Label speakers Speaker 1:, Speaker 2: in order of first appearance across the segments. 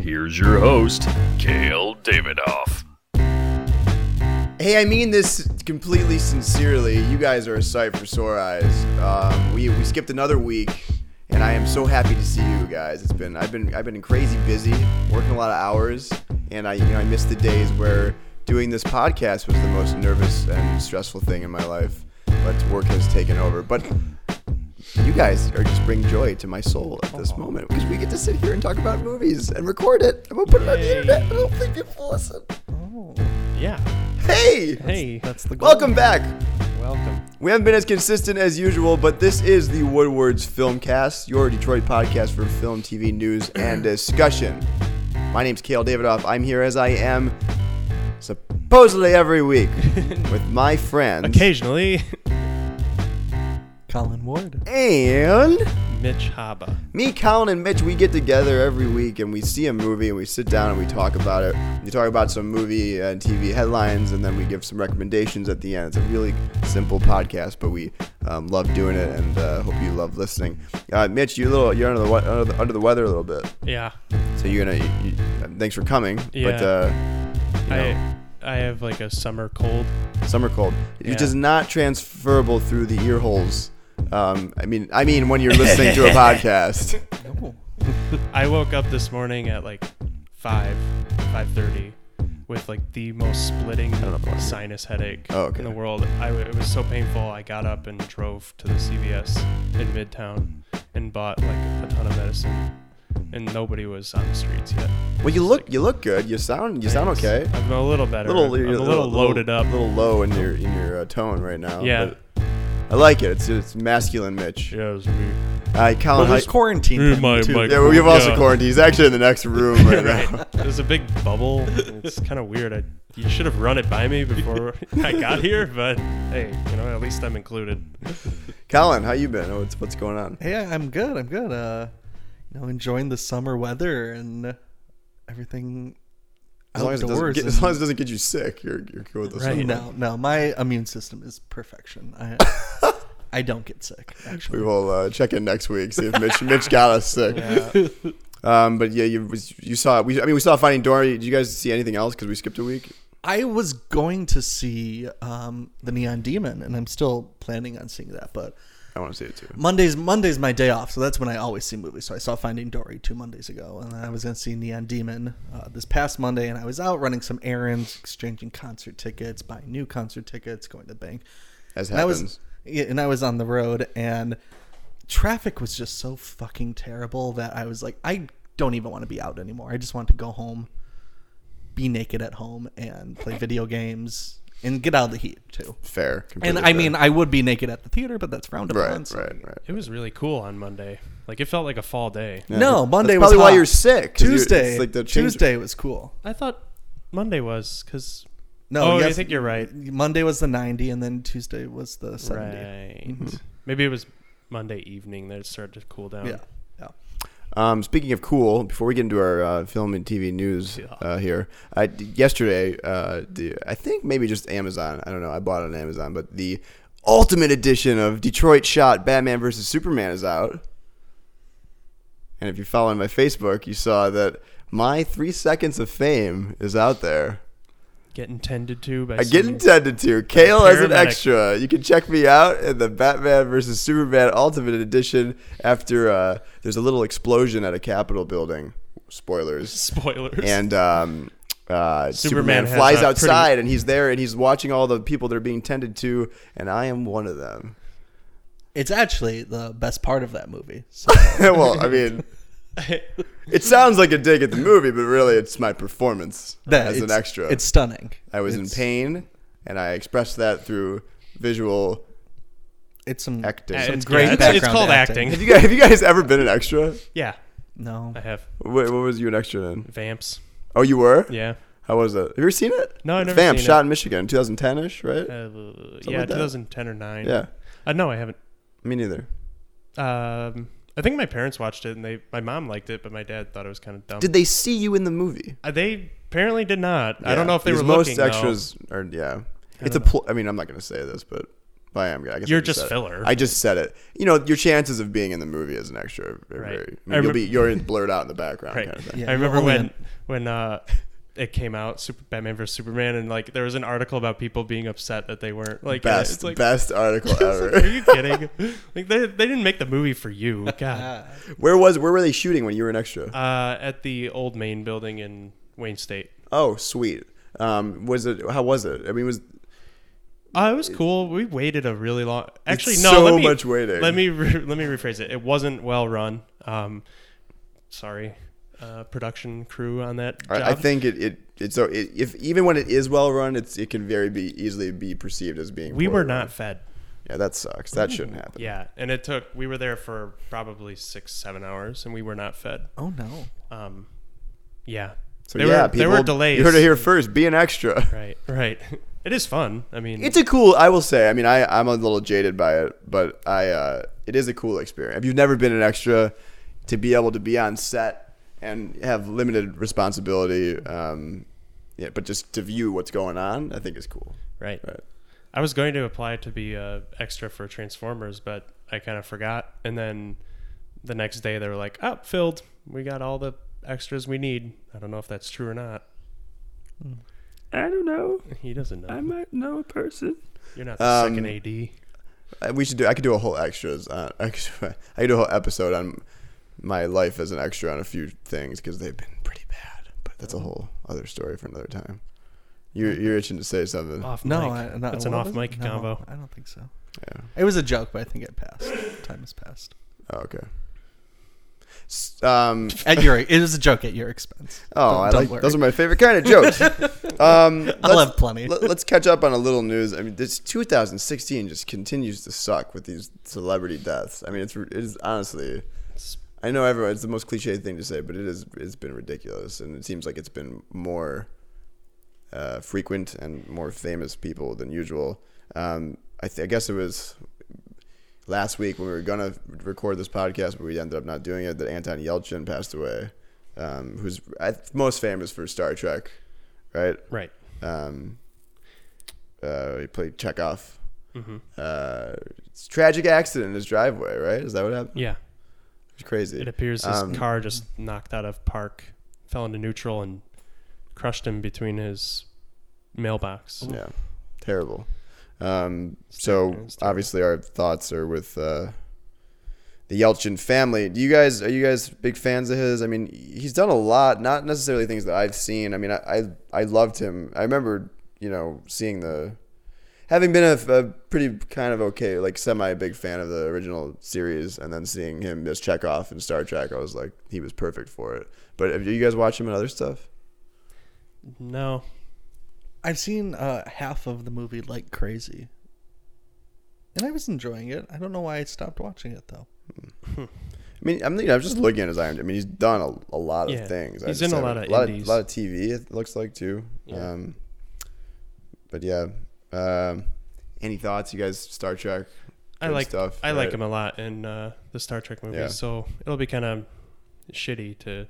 Speaker 1: Here's your host, Kale Davidoff.
Speaker 2: Hey, I mean this completely sincerely. You guys are a sight for sore eyes. Um, we, we skipped another week, and I am so happy to see you guys. It's been I've been I've been crazy busy, working a lot of hours, and I you know I missed the days where doing this podcast was the most nervous and stressful thing in my life. But work has taken over. But you guys are just bring joy to my soul at this moment because we get to sit here and talk about movies and record it. I'm gonna put it on the internet. I don't think people listen.
Speaker 3: Yeah.
Speaker 2: Hey.
Speaker 3: Hey. That's the
Speaker 2: Welcome back.
Speaker 3: Welcome.
Speaker 2: We haven't been as consistent as usual, but this is the Woodwards Filmcast, your Detroit podcast for film, TV, news, and discussion. My name's Kale Davidoff. I'm here as I am supposedly every week with my friends
Speaker 3: Occasionally, Colin Ward,
Speaker 2: and
Speaker 3: Mitch Haba.
Speaker 2: me, Colin, and Mitch, we get together every week and we see a movie and we sit down and we talk about it. We talk about some movie and TV headlines and then we give some recommendations at the end. It's a really simple podcast, but we um, love doing it and uh, hope you love listening. Uh, Mitch, you're a little, you're under the, we- under the under the weather a little bit,
Speaker 3: Yeah.
Speaker 2: so you're gonna. You, you- um, thanks for coming, but
Speaker 3: Yeah.
Speaker 2: uh, you know,
Speaker 3: I I have like a summer cold.
Speaker 2: summer cold, which
Speaker 3: Yeah.
Speaker 2: is not transferable through the ear holes. Um, I mean, I mean when you're listening to a podcast.
Speaker 3: I woke up this morning at like five, five thirty, with like the most splitting sinus headache
Speaker 2: Oh, okay.
Speaker 3: in the world. I w- it was so painful. I got up and drove to the CVS in Midtown and bought like a ton of medicine, and nobody was on the streets yet.
Speaker 2: Well, you look you look good. You sound you sound
Speaker 3: Thanks.
Speaker 2: okay.
Speaker 3: I'm a little better.
Speaker 2: Little,
Speaker 3: I'm
Speaker 2: you're
Speaker 3: a little loaded up.
Speaker 2: a little low in your in your uh, tone right now.
Speaker 3: yeah.
Speaker 2: but I like it. It's it's masculine, Mitch.
Speaker 3: Yeah, it was weird.
Speaker 2: Uh, Colin,
Speaker 4: Well, there's
Speaker 2: how-
Speaker 4: quarantine.
Speaker 3: Mm,
Speaker 4: time,
Speaker 3: my-
Speaker 4: too.
Speaker 3: my-
Speaker 2: yeah, we've also
Speaker 3: Yeah.
Speaker 2: quarantined. He's actually in the next room right, now.
Speaker 3: Right. There's a big bubble. It's kind of weird. I, you should have run it by me before I got here, but hey, you know, at least I'm included.
Speaker 2: Colin, how you been? Oh, What's what's going on?
Speaker 4: Hey, I'm good. I'm good. Uh, you know, enjoying the summer weather and everything.
Speaker 2: As long as, it doesn't
Speaker 4: outdoors
Speaker 2: get,
Speaker 4: and-
Speaker 2: as long as it doesn't get you sick, you're you're cool with this.
Speaker 4: right
Speaker 2: one.
Speaker 4: no, no, my immune system is perfection. I, I don't get sick.
Speaker 2: We
Speaker 4: Actually,
Speaker 2: will uh, check in next week see if Mitch Mitch got us sick. Um, but yeah, you was- you saw we I mean we saw Finding Dory. Did you guys see anything else? Because we skipped a week.
Speaker 4: I was going to see um, the Neon Demon, and I'm still planning on seeing that, but.
Speaker 2: I want to see it too.
Speaker 4: Monday's Monday's my day off, so that's when I always see movies. So I saw Finding Dory two Mondays ago, and then I was going to see Neon Demon uh, this past Monday, and I was out running some errands, exchanging concert tickets, buying new concert tickets, going to the bank.
Speaker 2: As
Speaker 4: And I was,
Speaker 2: happens.
Speaker 4: yeah, and I was on the road, and traffic was just so fucking terrible that I was like, I don't even want to be out anymore. I just want to go home, be naked at home, and play video games, and get out of the heat too.
Speaker 2: Fair.
Speaker 4: And
Speaker 2: completely
Speaker 4: I
Speaker 2: fair.
Speaker 4: mean, I would be naked at the theater, but that's frowned upon.
Speaker 2: right,
Speaker 4: so-
Speaker 2: right, right.
Speaker 3: It was really cool on Monday. Like it felt like a fall day.
Speaker 4: No, Monday
Speaker 2: That's
Speaker 4: was
Speaker 2: probably why
Speaker 4: hot.
Speaker 2: you're sick, 'cause you- it's
Speaker 4: Tuesday,
Speaker 2: like the change-
Speaker 4: Tuesday was cool.
Speaker 3: I thought Monday was because
Speaker 4: No,
Speaker 3: Oh, I
Speaker 4: yes,
Speaker 3: think you're right.
Speaker 4: Monday was the 90, and then Tuesday was the 70.
Speaker 3: right.
Speaker 2: Mm-hmm.
Speaker 3: Maybe it was Monday evening that it started to cool down.
Speaker 4: Yeah, yeah.
Speaker 2: Um, speaking of cool, before we get into our uh, film and TV news uh, here, I, yesterday, uh, the, I think maybe just Amazon. I don't know. I bought it on Amazon, but the ultimate edition of Detroit Shot Batman vs Superman is out. And if you're following my Facebook, you saw that my three seconds of fame is out there.
Speaker 3: Getting tended to by
Speaker 2: I get
Speaker 3: some-
Speaker 2: intended to. Kale as an
Speaker 3: Paramedic.
Speaker 2: extra. You can check me out in the Batman vs Superman Ultimate Edition after uh, there's a little explosion at a Capitol building. Spoilers.
Speaker 3: spoilers.
Speaker 2: And um, uh, Superman,
Speaker 3: Superman has
Speaker 2: flies
Speaker 3: a
Speaker 2: outside and he's there and he's watching all the people that are being tended to, and I am one of them.
Speaker 4: It's actually the best part of that movie. So,
Speaker 2: well, I mean, it sounds like a dig at the movie, but really it's my performance
Speaker 4: that
Speaker 2: as an
Speaker 4: it's-
Speaker 2: extra.
Speaker 4: It's stunning.
Speaker 2: I was in
Speaker 4: It's-
Speaker 2: pain, and I expressed that through visual
Speaker 4: It's some
Speaker 2: acting.
Speaker 3: Uh, it's,
Speaker 4: great
Speaker 3: yeah, it's, it's
Speaker 4: background
Speaker 3: called acting.
Speaker 4: acting.
Speaker 2: Have you guys, have you guys ever been an extra?
Speaker 3: Yeah,
Speaker 4: no.
Speaker 3: I have
Speaker 2: Wait, what was you an extra in?
Speaker 3: vamps.
Speaker 2: Oh, you were?
Speaker 3: Yeah.
Speaker 2: How was it? Have you ever seen it?
Speaker 3: No, I've never
Speaker 2: Vamp
Speaker 3: seen
Speaker 2: shot
Speaker 3: it.
Speaker 2: in Michigan, 2010ish, right?
Speaker 3: Uh, yeah,
Speaker 2: like that.
Speaker 3: 2010 or 9.
Speaker 2: yeah.
Speaker 3: Uh, no, I haven't.
Speaker 2: Me neither.
Speaker 3: Um, I think my parents watched it and they my mom liked it, but my dad thought it was kind of dumb.
Speaker 2: Did they see you in the movie?
Speaker 3: Uh, they apparently did not. I
Speaker 2: Yeah,
Speaker 3: don't know if they were
Speaker 2: because most
Speaker 3: looking. though.
Speaker 2: extras are yeah. It's a pl- I mean, I'm not going to say this, but but I am. I guess I
Speaker 3: You're
Speaker 2: just
Speaker 3: just
Speaker 2: said it.
Speaker 3: filler.
Speaker 2: I just said it. You know, your chances of being in the movie as an extra are
Speaker 3: Right.
Speaker 2: very. I
Speaker 3: I
Speaker 2: mean, you'll
Speaker 3: remem-
Speaker 2: be you're in- blurred out in the background
Speaker 3: Right.
Speaker 2: kind of thing.
Speaker 4: Yeah,
Speaker 3: I
Speaker 4: you're
Speaker 3: remember
Speaker 4: only
Speaker 3: when
Speaker 4: in-
Speaker 3: when uh, it came out, Super Batman vs Superman, and like there was an article about people being upset that they weren't like in it.
Speaker 2: Best
Speaker 3: It's like,
Speaker 2: best article
Speaker 3: it's
Speaker 2: ever.
Speaker 3: like, are you kidding? like they, they didn't make the movie for you. God.
Speaker 2: where was where were they shooting when you were an extra?
Speaker 3: Uh, at the old main building in Wayne State.
Speaker 2: oh, sweet. Um, was it? How was it? I mean, was
Speaker 3: Oh, it was cool. We waited a really long. Actually,
Speaker 2: It's
Speaker 3: no.
Speaker 2: so
Speaker 3: let me,
Speaker 2: much waiting.
Speaker 3: Let me re- let me rephrase it. It wasn't well run. Um, sorry, uh, production crew on that. Job.
Speaker 2: I, I think it it it's so it, if even when it is well run, it's it can very be easily be perceived as being.
Speaker 3: we were
Speaker 2: poorly
Speaker 3: not
Speaker 2: run.
Speaker 3: fed.
Speaker 2: Yeah, that sucks. That shouldn't happen.
Speaker 3: Yeah, and it took. We were there for probably six, seven hours, and we were not fed.
Speaker 4: Oh no.
Speaker 3: Um, yeah.
Speaker 2: So
Speaker 3: there
Speaker 2: yeah,
Speaker 3: were,
Speaker 2: people,
Speaker 3: there were delays.
Speaker 2: You heard it here first. Be an extra.
Speaker 3: Right, right. It is fun. I mean,
Speaker 2: It's a cool. I will say. I mean, I I'm a little jaded by it, but I uh, it is a cool experience. If you've never been an extra, to be able to be on set and have limited responsibility, um, yeah, but just to view what's going on, I think is cool.
Speaker 3: right.
Speaker 2: Right.
Speaker 3: I was going to apply to be uh, extra for Transformers, but I kind of forgot. And then the next day, they were like, "Oh, filled. We got all the extras we need." I don't know if that's true or not.
Speaker 5: I don't know.
Speaker 3: He doesn't know.
Speaker 5: I might know a person.
Speaker 3: You're not the
Speaker 2: Um,
Speaker 3: second AD.
Speaker 2: Uh, We should do. I could do a whole extras. On, I could I could do a whole episode on my life as an extra on a few things because they've been pretty bad. But that's
Speaker 4: Mm.
Speaker 2: a whole other story for another time. You're, you're itching to say something.
Speaker 3: Off
Speaker 4: No,
Speaker 3: mic.
Speaker 4: I, no
Speaker 3: that's an
Speaker 4: what
Speaker 3: off
Speaker 4: was-
Speaker 3: mic
Speaker 4: no,
Speaker 3: combo.
Speaker 4: I don't think so.
Speaker 2: Yeah.
Speaker 4: It was a joke, but I think it passed. Time has passed.
Speaker 2: Oh, okay. S- Um,
Speaker 4: At your, it was a joke at your expense.
Speaker 2: Oh,
Speaker 4: Don't-
Speaker 2: I
Speaker 4: don't
Speaker 2: like
Speaker 4: worry.
Speaker 2: those are my favorite kind of jokes. um,
Speaker 4: I'll
Speaker 2: let's-
Speaker 4: have plenty.
Speaker 2: Let, us catch up on a little news. I mean, this 2016 just continues to suck with these celebrity deaths. I mean, it's it is honestly. I know everyone. It's the most cliche thing to say, but it is. It's been ridiculous, and it seems like it's been more uh, frequent and more famous people than usual. Um, I, th- I guess it was last week when we were gonna record this podcast, but we ended up not doing it. That Anton Yelchin passed away, um, who's I th- most famous for Star Trek, right?
Speaker 3: Right.
Speaker 2: Um, uh, he played Chekhov. Uh, it's a tragic accident in his driveway, right? Is that what happened?
Speaker 3: Yeah.
Speaker 2: It's crazy.
Speaker 3: It appears his
Speaker 2: Um,
Speaker 3: car just knocked out of park, fell into neutral, and crushed him between his mailbox.
Speaker 2: Yeah, terrible. Um, so
Speaker 3: it's terrible.
Speaker 2: obviously, our thoughts are with uh, the Yelchin family. Do you guys are you guys big fans of his? I mean, he's done a lot, not necessarily things that I've seen. I mean, I I, I loved him. I remember you know seeing the having been a, a pretty kind of okay, like semi big fan of the original series, and then seeing him as Chekhov in Star Trek, I was like, he was perfect for it. But have you guys watched him in other stuff?
Speaker 3: No,
Speaker 4: I've seen uh, half of the movie like crazy, and I was enjoying it. I don't know why I stopped watching it though.
Speaker 2: I mean, I'm, you know, I'm just looking at his IMDb. I mean, he's done a, a lot of
Speaker 3: Yeah.
Speaker 2: things. I
Speaker 3: He's
Speaker 2: just
Speaker 3: in a
Speaker 2: haven't-
Speaker 3: lot of
Speaker 2: a lot of,
Speaker 3: indies.
Speaker 2: lot of TV. It looks like too. Um, but yeah. Um, any thoughts, you guys? Star Trek.
Speaker 3: I
Speaker 2: good
Speaker 3: like
Speaker 2: stuff,
Speaker 3: I like
Speaker 2: right?
Speaker 3: him a lot in uh, the Star Trek movies,
Speaker 2: Yeah.
Speaker 3: so it'll be kind of shitty to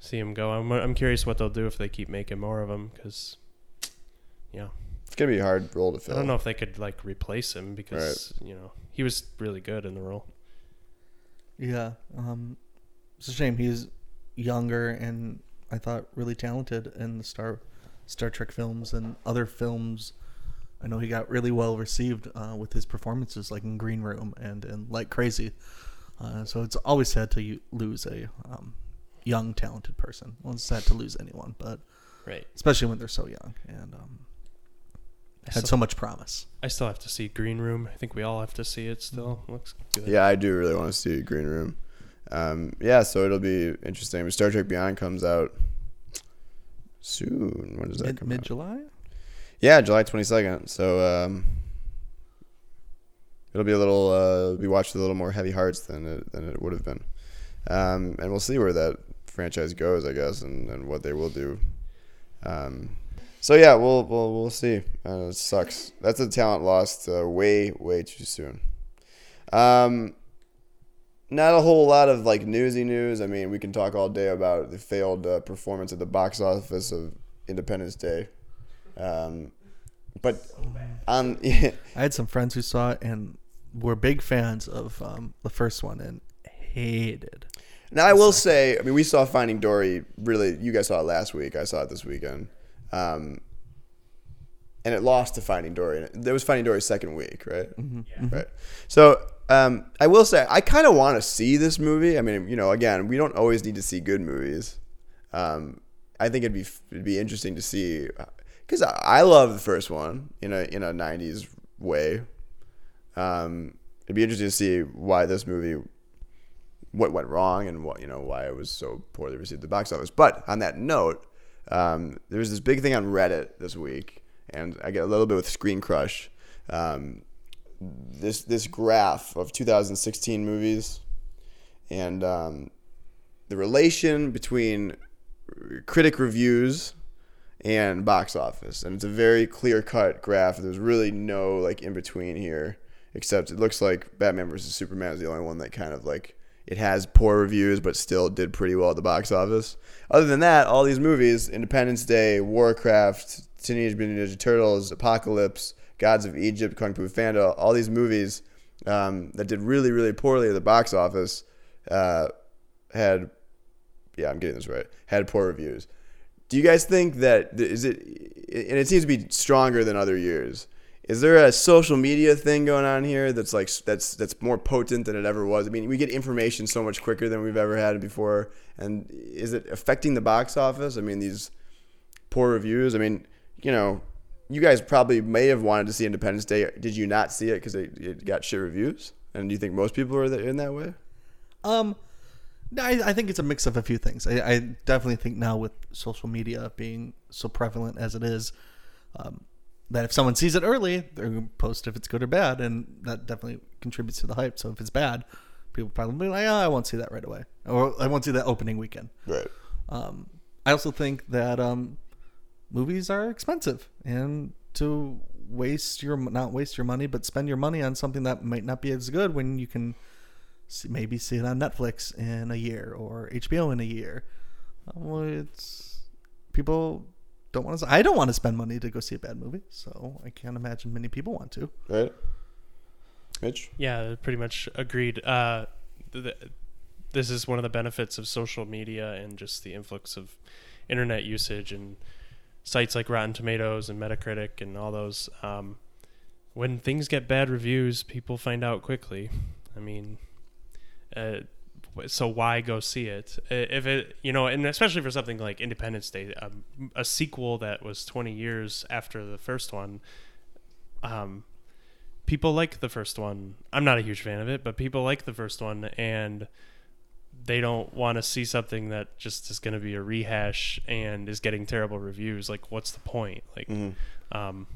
Speaker 3: see him go. I'm I'm curious what they'll do if they keep making more of him because you know
Speaker 2: It's gonna be a hard role to fill.
Speaker 3: I don't know if they could like replace him because you know he was really good in the role.
Speaker 4: Yeah, um, it's a shame. He's younger and I thought really talented in the Star Star Trek films and other films. I know he got really well received uh, with his performances, like in Green Room and in Like Crazy. Uh, so it's always sad to you- lose a um, young, talented person. Well, it's sad to lose anyone, but
Speaker 3: Right.
Speaker 4: especially when they're so young and um, had so much promise.
Speaker 3: I still have to see Green Room. I think we all have to see it still. Looks good.
Speaker 2: Yeah, I do really want to see Green Room. Um, yeah, so it'll be interesting. But Star Trek Beyond comes out soon. When does that
Speaker 4: Mid
Speaker 2: come
Speaker 4: mid
Speaker 2: out?
Speaker 4: July.
Speaker 2: Yeah, July 22nd. So um, it'll be a little, uh, we watched with a little more heavy hearts than it, than it would have been. Um, and we'll see where that franchise goes, I guess, and, and what they will do. Um, so yeah, we'll we'll, we'll see. Uh, it sucks. That's a talent lost uh, way way too soon. Um, not a whole lot of like newsy news. I mean, we can talk all day about the failed uh, performance at the box office of Independence Day, um, but on
Speaker 4: I had some friends who saw it and were big fans of um, the first one and hated.
Speaker 2: Now I will say, I mean, we saw Finding Dory. Really, you guys saw it last week. I saw it this weekend, um, and it lost to Finding Dory. And it- That was Finding Dory's second week, right? Right. So um, I will say, I kind of want to see this movie. I mean, you know, again, we don't always need to see good movies. Um, I think it'd be it'd be interesting to see because I, I love the first one in a in a '90s way. Um, it'd be interesting to see why this movie what went wrong and what you know why it was so poorly received at the box office. But on that note, um, there was this big thing on Reddit this week, and I get a little bit with Screen Crush. Um, this this graph of 2016 movies and um, the relation between critic reviews and box office and it's a very clear cut graph there's really no like in between here except it looks like batman versus superman is the only one that kind of like it has poor reviews but still did pretty well at the box office other than that all these movies independence day warcraft teenage mutant ninja turtles apocalypse gods of egypt kung fu panda all these movies um, that did really really poorly at the box office uh, had yeah, I'm getting this right. Had poor reviews. Do you guys think that th- is it? And it seems to be stronger than other years. Is there a social media thing going on here that's like s- that's that's more potent than it ever was? I mean, we get information so much quicker than we've ever had before. And is it affecting the box office? I mean, these poor reviews. I mean, you know, you guys probably may have wanted to see Independence Day. Did you not see it because it, it got shit reviews? And do you think most people are th- in that way?
Speaker 4: Um, no, I, I think it's a mix of a few things. I, I definitely think now with social media being so prevalent as it is, um, that if someone sees it early, they're going to post if it's good or bad, and that definitely contributes to the hype. So if it's bad, people probably be like, oh, I won't see that right away, or I won't see that opening weekend.
Speaker 2: Right.
Speaker 4: Um, I also think that um, movies are expensive, and to waste your not waste your money, but spend your money on something that might not be as good when you can see, maybe see it on Netflix in a year or HBO in a year. Um, well, it's people don't want to. I don't want to spend money to go see a bad movie, so I can't imagine many people want to.
Speaker 2: Right. Mitch.
Speaker 3: Yeah, pretty much agreed. Uh, th- th- this is one of the benefits of social media and just the influx of internet usage and sites like Rotten Tomatoes and Metacritic and all those. Um, when things get bad reviews, people find out quickly. I mean, uh, wh- so why go see it Uh, if it you know and especially for something like independence day um, a sequel that was 20 years after the first one um, people like the first one. I'm not a huge fan of it, but people like the first one and they don't want to see something that just is going to be a rehash and is getting terrible reviews. Like, what's the point? Like, um,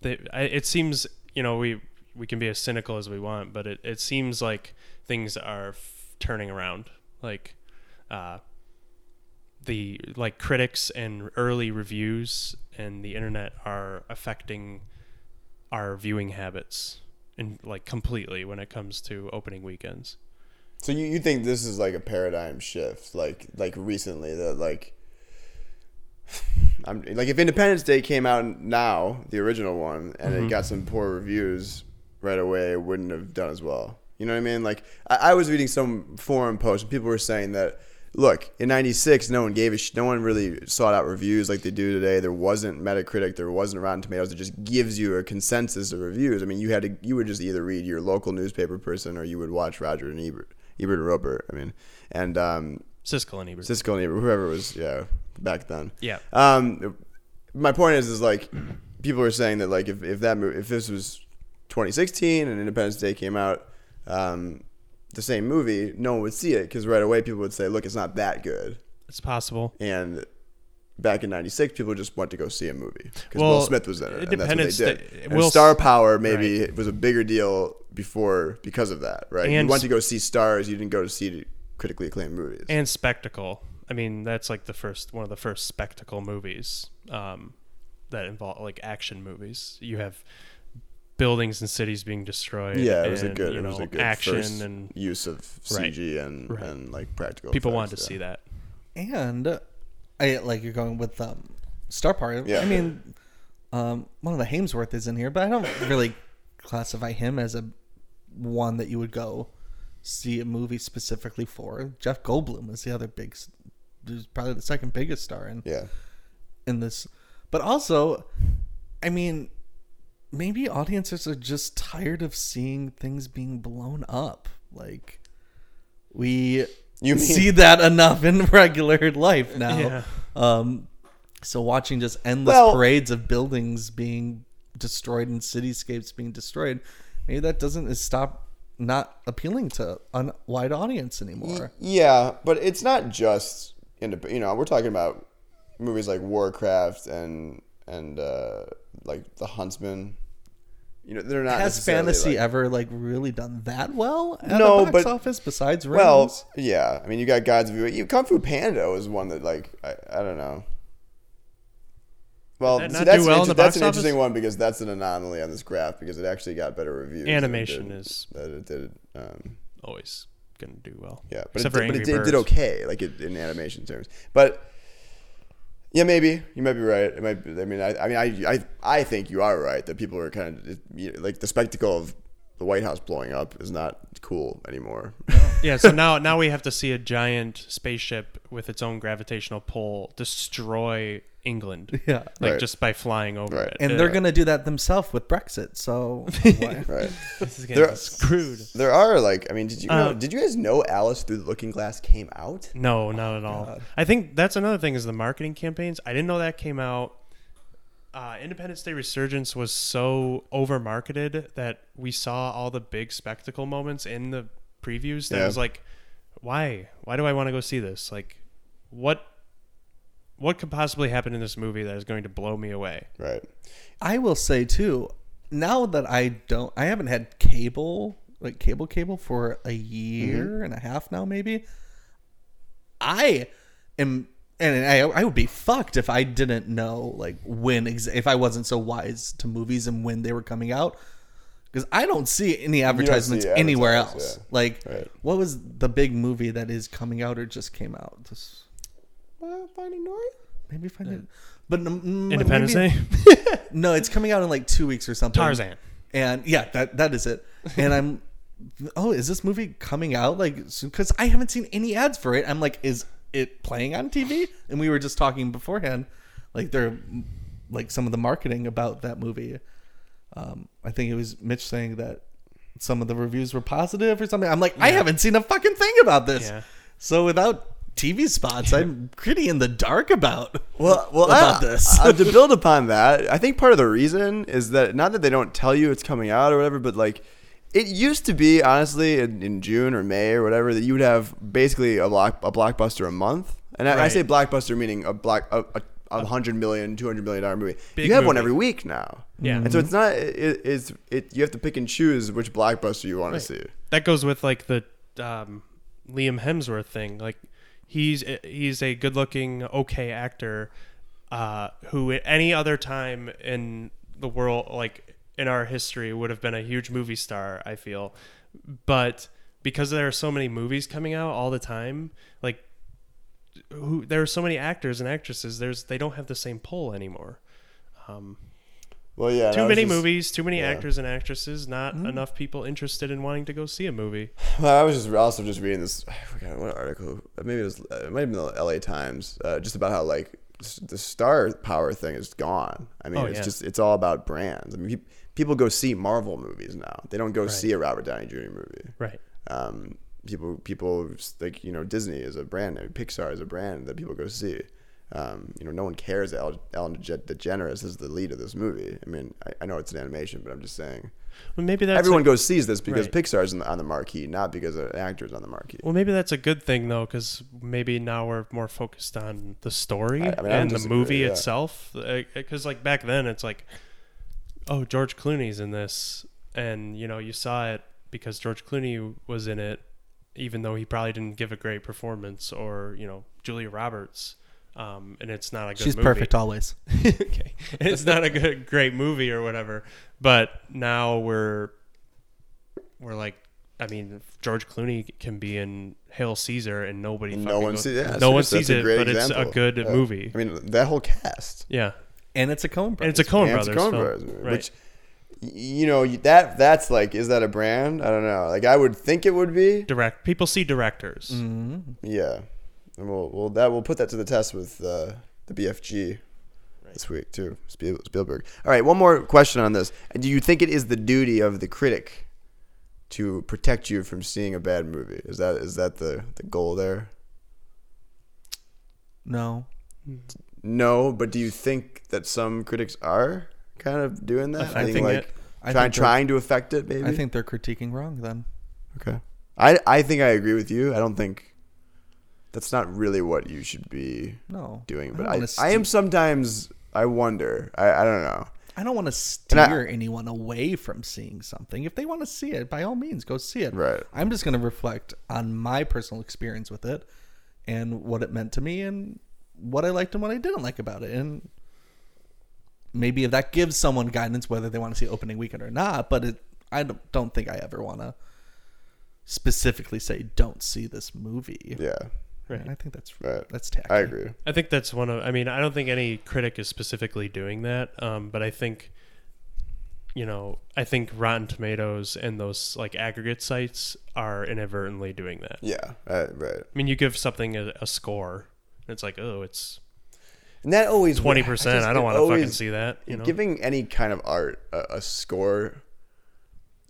Speaker 3: they, I, it seems you know we we can be as cynical as we want, but it, it seems like things are f- turning around. Like, uh, the like critics and early reviews and the internet are affecting our viewing habits and like completely when it comes to opening weekends.
Speaker 2: So you, you think this is like a paradigm shift, like like recently that like I'm like if Independence Day came out now, the original one, and it got some poor reviews right away, it wouldn't have done as well. You know what I mean? Like I, I was reading some forum post and people were saying that look in '96, no one gave a sh- no one really sought out reviews like they do today. There wasn't Metacritic, there wasn't Rotten Tomatoes. It just gives you a consensus of reviews. I mean, you had to you would just either read your local newspaper person or you would watch Roger and Ebert, Ebert and Roper. I mean, and um,
Speaker 3: Siskel and Ebert.
Speaker 2: Siskel and Ebert, whoever was, yeah, back then.
Speaker 3: Yeah.
Speaker 2: Um, my point is, is like people are saying that like if, if that movie, if this was 2016 and Independence Day came out, um, the same movie, no one would see it because right away people would say, look, it's not that good.
Speaker 3: it's possible.
Speaker 2: And back in '96, people just went to go see a movie because Will
Speaker 3: Well,
Speaker 2: Smith was in it, and that's what they
Speaker 3: Independence
Speaker 2: did.
Speaker 3: Day-
Speaker 2: And
Speaker 3: Will-
Speaker 2: star power maybe was a bigger deal before because of that, right?
Speaker 3: And-
Speaker 2: you went to go see stars, you didn't go to see critically acclaimed movies.
Speaker 3: and spectacle. I mean, that's like the first one of the first spectacle movies um, that involve like action movies. You have buildings and cities being destroyed.
Speaker 2: yeah, it was a
Speaker 3: and,
Speaker 2: good,
Speaker 3: you
Speaker 2: it was
Speaker 3: know,
Speaker 2: a good
Speaker 3: action
Speaker 2: first
Speaker 3: and
Speaker 2: use of CG and,
Speaker 3: right.
Speaker 2: and like practical.
Speaker 3: people wanted to
Speaker 2: effects,
Speaker 3: see
Speaker 2: yeah.
Speaker 3: that.
Speaker 4: and I like you're going with um, Star Park.
Speaker 2: Yeah.
Speaker 4: I mean, um, one of the Hamesworth is in here, but I don't really classify him as a one that you would go see a movie specifically for. Jeff Goldblum is the other big, s- who's probably the second biggest star in
Speaker 2: Yeah,
Speaker 4: in this, but also, I mean, maybe audiences are just tired of seeing things being blown up, like. We
Speaker 2: you mean,
Speaker 4: see that enough in regular life now.
Speaker 3: Yeah.
Speaker 4: Um, so watching just endless
Speaker 2: Well-
Speaker 4: parades of buildings being destroyed and cityscapes being destroyed, maybe that doesn't is stop not appealing to a wide audience anymore.
Speaker 2: Yeah, but it's not just indep- you know, we're talking about movies like Warcraft and and uh, like The Huntsman. You know, they're not
Speaker 4: Has
Speaker 2: necessarily,
Speaker 4: fantasy
Speaker 2: like-
Speaker 4: ever like really done that well at
Speaker 2: No,
Speaker 4: the box
Speaker 2: but-
Speaker 4: office besides Rings?
Speaker 2: Well, yeah. I mean, you got God's View. You Kung Fu Panda is one that like I, I don't know. Well,
Speaker 3: that
Speaker 2: see,
Speaker 3: not
Speaker 2: that's,
Speaker 3: do
Speaker 2: an,
Speaker 3: well in
Speaker 2: inter-
Speaker 3: the
Speaker 2: that's
Speaker 3: box
Speaker 2: an interesting
Speaker 3: office?
Speaker 2: one because that's an anomaly on this graph because it actually got better reviews. than it
Speaker 3: Animation
Speaker 2: did-
Speaker 3: is
Speaker 2: that it did. Um,
Speaker 3: always gonna do well.
Speaker 2: yeah, but
Speaker 3: except
Speaker 2: it,
Speaker 3: for
Speaker 2: did, but
Speaker 3: Angry
Speaker 2: it did,
Speaker 3: Birds.
Speaker 2: did okay, like it, in animation terms. But yeah, maybe you might be right. It might. Be, I mean, I, I mean, I, I, I think you are right that people are kind of it, you know, like the spectacle of the White House blowing up is not cool anymore.
Speaker 3: Yeah, so now now we have to see a giant spaceship with its own gravitational pull destroy England.
Speaker 4: Yeah.
Speaker 3: like
Speaker 2: Right.
Speaker 3: just by flying over
Speaker 2: Right.
Speaker 3: it.
Speaker 4: and
Speaker 3: Uh,
Speaker 4: they're gonna do that themselves with Brexit. So why-
Speaker 2: right.
Speaker 3: this is
Speaker 2: they're-
Speaker 3: getting screwed.
Speaker 2: There are like, I mean, did you know,
Speaker 3: Um,
Speaker 2: did you guys know Alice Through the Looking Glass came out?
Speaker 3: No, not at all. I think that's another thing is the marketing campaigns. I didn't know that came out. Uh, Independence Day Resurgence was so over marketed that we saw all the big spectacle moments in the previews. That
Speaker 2: Yeah.
Speaker 3: was like, why? Why do I want to go see this? Like, what? What could possibly happen in this movie that is going to blow me away?
Speaker 2: Right.
Speaker 4: I will say too, now that I don't, I haven't had cable, like cable cable for a year and a half now, maybe. I am, and I, I would be fucked if I didn't know, like, when, ex- if I wasn't so wise to movies and when they were coming out. Because I don't see any advertisements anywhere
Speaker 2: advertisements,
Speaker 4: else.
Speaker 2: yeah.
Speaker 4: Like,
Speaker 2: Right.
Speaker 4: what was the big movie that is coming out or just came out? This,
Speaker 2: Well, Finding Dory.
Speaker 4: maybe find it. But mm,
Speaker 3: Independence
Speaker 4: maybe-
Speaker 3: Day,
Speaker 4: No, it's coming out in like two weeks or something
Speaker 3: Tarzan.
Speaker 4: and yeah, that that is it. And I'm, oh, is this movie coming out like soon? Because I haven't seen any ads for it. I'm like, is it playing on TV? And we were just talking beforehand, like they're like some of the marketing about that movie. Um, I think it was Mitch saying that some of the reviews were positive or something. I'm like, I haven't seen a fucking thing about this.
Speaker 3: Yeah.
Speaker 4: So without TV spots, I'm pretty in the dark about.
Speaker 2: Well, well,
Speaker 4: about
Speaker 2: I-
Speaker 4: this.
Speaker 2: I- to build upon that, I think part of the reason is that not that they don't tell you it's coming out or whatever, but like it used to be honestly in, in June or May or whatever that you would have basically a block a blockbuster a month, and I, I
Speaker 3: Right.
Speaker 2: say blockbuster meaning a block a. a a hundred million, two hundred million dollar movie.
Speaker 3: Big
Speaker 2: you have one
Speaker 3: movie.
Speaker 2: every week now,
Speaker 3: Yeah.
Speaker 2: And so it's not. It, it's it. You have to pick and choose which blockbuster you want to see.
Speaker 3: that goes with like the um, Liam Hemsworth thing. Like he's he's a good-looking, okay actor uh, who at any other time in the world, like in our history, would have been a huge movie star. I feel, but because there are so many movies coming out all the time, like who there are so many actors and actresses, there's they don't have the same pull anymore.
Speaker 2: Well, yeah. and I
Speaker 3: Too
Speaker 2: was
Speaker 3: many
Speaker 2: just- Mm-hmm.
Speaker 3: movies, too many actors and actresses, not enough people interested in wanting to go see a movie.
Speaker 2: Well, I was just also just reading this. I forgot what article. uh, Maybe it was. It might have been the L.A. Times. Uh, just about how like s- the star power thing is gone. I mean,
Speaker 3: Oh,
Speaker 2: it's
Speaker 3: yeah.
Speaker 2: just it's all about brands. I mean, peop- people go see Marvel movies now. They don't go see a Robert Downey Jr. movie.
Speaker 3: Right.
Speaker 2: Um, people people s- like you know Disney is a brand. name. Pixar is a brand that people go see. Um, you know, no one cares that Al- Ellen DeGe- DeGeneres is the lead of this movie. I mean, I, I know it's an animation, but I'm just saying
Speaker 3: Well, maybe that's
Speaker 2: everyone
Speaker 3: a-
Speaker 2: goes sees this because
Speaker 3: Right.
Speaker 2: Pixar's in the, on the marquee, not because an actor's on the marquee.
Speaker 3: Well, maybe that's a good thing though, because maybe now we're more focused on the story
Speaker 2: I- I mean, I don't
Speaker 3: and the
Speaker 2: disagree,
Speaker 3: movie
Speaker 2: yeah.
Speaker 3: itself. Because like back then, it's like, oh, George Clooney's in this, and you know you saw it because George Clooney was in it, even though he probably didn't give a great performance, or you know Julia Roberts, um, and it's not a good.
Speaker 4: She's
Speaker 3: movie.
Speaker 4: perfect always.
Speaker 3: okay, it's not a good great movie or whatever. But now we're we're like, I mean, George Clooney can be in Hail Caesar and nobody
Speaker 2: And
Speaker 3: fucking
Speaker 2: no one
Speaker 3: goes-
Speaker 2: sees. Yeah,
Speaker 3: no one
Speaker 2: seriously, that's
Speaker 3: sees
Speaker 2: a
Speaker 3: it,
Speaker 2: great
Speaker 3: but it's
Speaker 2: example.
Speaker 3: a good
Speaker 2: Yeah.
Speaker 3: movie.
Speaker 2: I mean, that whole cast.
Speaker 3: yeah,
Speaker 4: And it's a Coen
Speaker 3: and
Speaker 4: brother.
Speaker 3: it's a Coen
Speaker 2: And
Speaker 3: Brothers
Speaker 2: it's a Coen
Speaker 3: film,
Speaker 2: Brothers movie,
Speaker 3: right?
Speaker 2: which y- you know you- that that's like is that a brand? I don't know. Like I would think it would be.
Speaker 3: Direct people see directors.
Speaker 2: Mm. Yeah, and we'll we'll that we'll put that to the test with uh, the BFG this week too. Spiel- Spielberg. All right, one more question on this. Do you think it is the duty of the critic to protect you from seeing a bad movie? Is that is that the the goal there?
Speaker 4: no.
Speaker 2: No, but do you think that some critics are kind of doing that?
Speaker 3: I think
Speaker 2: like
Speaker 3: it-
Speaker 4: I
Speaker 2: trying
Speaker 4: think that-
Speaker 2: trying to affect it. Maybe
Speaker 4: I think they're critiquing wrong then.
Speaker 2: Okay. I I think I agree with you. I don't think that's not really what you should be
Speaker 4: No.
Speaker 2: doing,
Speaker 4: I
Speaker 2: but
Speaker 4: don't
Speaker 2: I,
Speaker 4: wanna
Speaker 2: I am
Speaker 4: steer-
Speaker 2: sometimes I wonder. I, I don't know.
Speaker 4: I don't want to
Speaker 2: And I-
Speaker 4: steer anyone away from seeing something. If they want to see it, by all means, go see it.
Speaker 2: Right.
Speaker 4: I'm just going to reflect on my personal experience with it and what it meant to me and what I liked and what I didn't like about it. And maybe if that gives someone guidance whether they want to see opening weekend or not, but it, I don't, don't think I ever want to specifically say don't see this movie.
Speaker 2: Yeah.
Speaker 4: And I think that's
Speaker 2: Right.
Speaker 4: that's tacky.
Speaker 2: I agree.
Speaker 3: I think that's one of. I mean, I don't think any critic is specifically doing that, um, but I think, you know, I think Rotten Tomatoes and those like aggregate sites are inadvertently doing that.
Speaker 2: Yeah. Uh, right.
Speaker 3: I mean, you give something a, a score, and it's like, oh, it's
Speaker 2: And that always
Speaker 3: twenty percent.
Speaker 2: just-
Speaker 3: I don't
Speaker 2: it
Speaker 3: want to fucking
Speaker 2: always-
Speaker 3: see that. You know,
Speaker 2: Giving any kind of art a, a score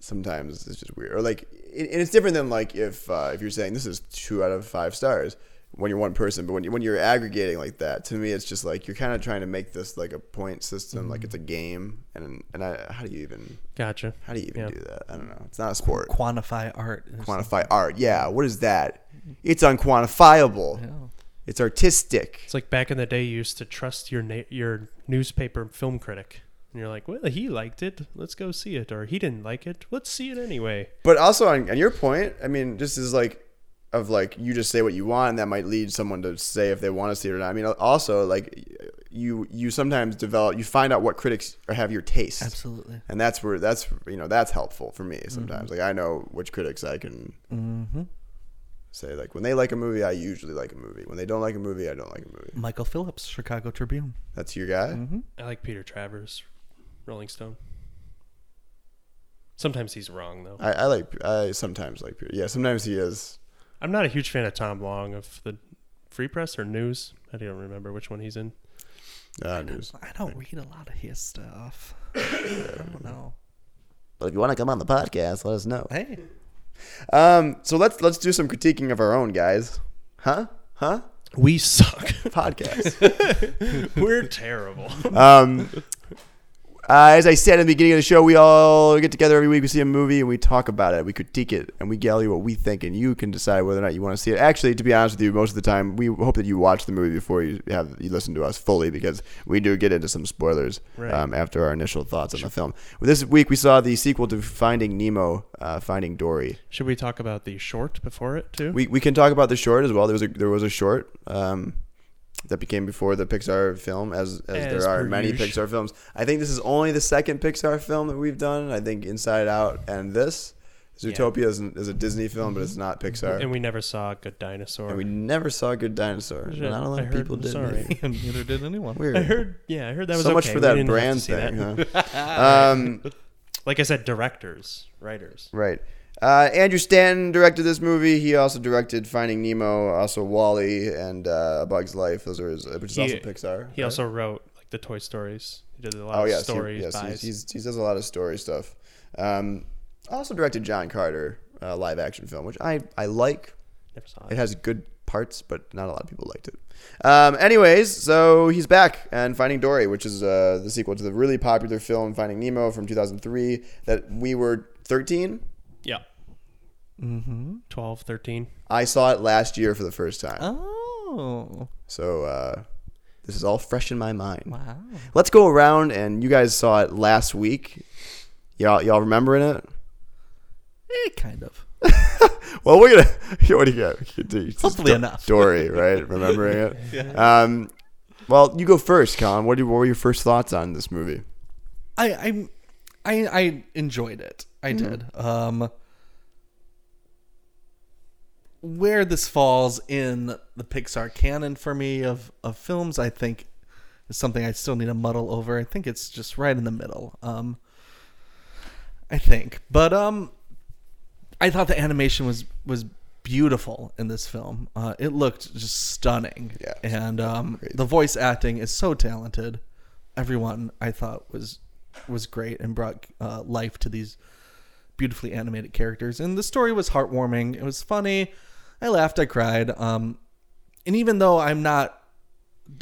Speaker 2: sometimes is just weird. Or like, it, and it's different than like if uh, if you're saying this is two out of five stars when you're one person, but when you, when you're aggregating like that, to me, it's just like you're kind of trying to make this like a point system,
Speaker 3: Mm-hmm.
Speaker 2: like it's a game, and and I, how do you even
Speaker 3: gotcha.
Speaker 2: how do you even
Speaker 3: Yeah.
Speaker 2: do that? I don't know. It's not a sport.
Speaker 4: Quantify art. is-
Speaker 2: Quantify art. Yeah. What is that? It's unquantifiable. It's artistic.
Speaker 3: It's like back in the day, you used to trust your na- your newspaper film critic, and you're like, well, he liked it, let's go see it, or he didn't like it, let's see it anyway.
Speaker 2: But also on, on your point, I mean, just as like of like you just say what you want, and that might lead someone to say if they want to see it or not. I mean, also like you you sometimes develop you find out what critics or have your taste,
Speaker 4: Absolutely.
Speaker 2: and that's where that's you know that's helpful for me sometimes. Like I know which critics I can. Say like when they like a movie, I usually like a movie. When they don't like a movie, I don't like a movie.
Speaker 4: Michael Phillips, Chicago Tribune.
Speaker 2: That's your guy.
Speaker 3: I like Peter Travers, Rolling Stone. Sometimes he's wrong though.
Speaker 2: I, I like. I sometimes like. Peter. Yeah, sometimes he is.
Speaker 3: I'm not a huge fan of Tom Long of the Free Press or News. I don't remember which one he's in.
Speaker 2: Uh, news.
Speaker 4: I don't read a lot of his stuff. I don't know.
Speaker 2: But if you want to come on the podcast, let us know.
Speaker 4: Hey,
Speaker 2: Um, so let's let's do some critiquing of our own guys, huh? Huh?
Speaker 3: We suck.
Speaker 2: Podcast.
Speaker 3: We're terrible.
Speaker 2: um, uh, as I said in the beginning of the show, we all get together every week. We see a movie and we talk about it. We critique it and we tell you what we think, and you can decide whether or not you want to see it. Actually, to be honest with you, most of the time we hope that you watch the movie before you have you listen to us fully because we do get into some spoilers
Speaker 3: Right.
Speaker 2: um, after our initial thoughts on the film. This week we saw the sequel to Finding Nemo, uh, Finding Dory.
Speaker 3: Should we talk about the short before it too?
Speaker 2: We, we can talk about the short as well. There was a there was a short um, that became before the Pixar film, as as,
Speaker 3: As
Speaker 2: there are
Speaker 3: per
Speaker 2: many
Speaker 3: usual.
Speaker 2: Pixar films. I think this is only the second Pixar film that we've done. I think Inside Out and this Zootopia is, is a Disney film, but it's not Pixar.
Speaker 3: and we never saw a good dinosaur.
Speaker 2: And we never saw Good Dinosaur.
Speaker 3: Shit,
Speaker 2: Not a lot
Speaker 3: I
Speaker 2: of
Speaker 3: heard-
Speaker 2: people
Speaker 3: I'm
Speaker 2: did.
Speaker 3: sorry.
Speaker 2: maybe.
Speaker 4: and neither did anyone.
Speaker 2: Weird.
Speaker 3: I heard. Yeah, I heard that was
Speaker 2: so much
Speaker 3: okay.
Speaker 2: for
Speaker 3: We
Speaker 2: that
Speaker 3: didn't have to
Speaker 2: brand
Speaker 3: see
Speaker 2: thing.
Speaker 3: that.
Speaker 2: Huh? um,
Speaker 3: Like I said, directors, writers.
Speaker 2: Right. Uh, Andrew Stanton directed this movie. He also directed Finding Nemo, also Wally, and uh, A Bug's Life. Those are his, which is also
Speaker 3: He-
Speaker 2: Pixar.
Speaker 3: He
Speaker 2: right?
Speaker 3: also wrote like the Toy Stories. He did a lot
Speaker 2: oh
Speaker 3: of
Speaker 2: yes, he-
Speaker 3: stories.
Speaker 2: yes,
Speaker 3: buys.
Speaker 2: he's, he's, he does a lot of story stuff. Um, also directed John Carter, a live action film, which I I like.
Speaker 3: never saw
Speaker 2: It
Speaker 3: it.
Speaker 2: has good parts, but not a lot of people liked it. Um, anyways, so he's back and Finding Dory, which is uh, the sequel to the really popular film Finding Nemo from 2003 that we were 13.
Speaker 3: Yeah. Mm-hmm. 12, 13.
Speaker 2: I saw it last year for the first time.
Speaker 4: Oh,
Speaker 2: So uh, this is all fresh in my mind.
Speaker 4: wow.
Speaker 2: Let's go around and you guys saw it last week. Y'all, y'all remembering it?
Speaker 4: Eh, kind of.
Speaker 2: Well, we're gonna. What do you got? You do- it's
Speaker 4: Hopefully
Speaker 2: Do-
Speaker 4: enough.
Speaker 2: Dory, right? Remembering it. Um, well, you go first, Colin. What, do, what were your first thoughts on this movie?
Speaker 4: I I I, I enjoyed it. I did. Um, where this falls in the Pixar canon for me of of films, I think is something I still need to muddle over. I think it's just right in the middle. Um, I think, but um, I thought the animation was was beautiful in this film. Uh, it looked just stunning.
Speaker 2: Yeah, it's
Speaker 4: and um, the voice acting is so talented. Everyone I thought was was great and brought uh, life to these beautifully animated characters. And the story was heartwarming. It was funny. I laughed. I cried. Um, and even though I'm not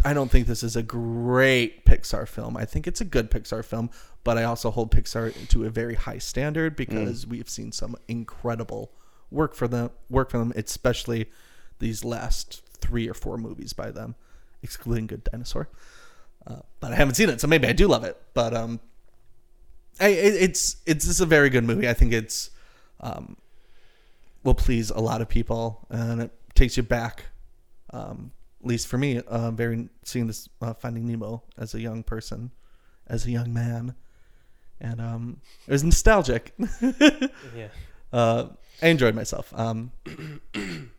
Speaker 4: I don't think this is a great Pixar film. I think it's a good Pixar film, but I also hold Pixar to a very high standard because we've seen some incredible work for them, work from them, especially these last three or four movies by them, excluding Good Dinosaur. Uh, but I haven't seen it, so maybe I do love it. But um, I, it, it's it's this is a very good movie. I think it's um, will please a lot of people, and it takes you back um, at least for me, uh, very seeing this uh, Finding Nemo as a young person, as a young man, and um, it was nostalgic.
Speaker 3: Yeah.
Speaker 4: uh, I enjoyed myself. Um,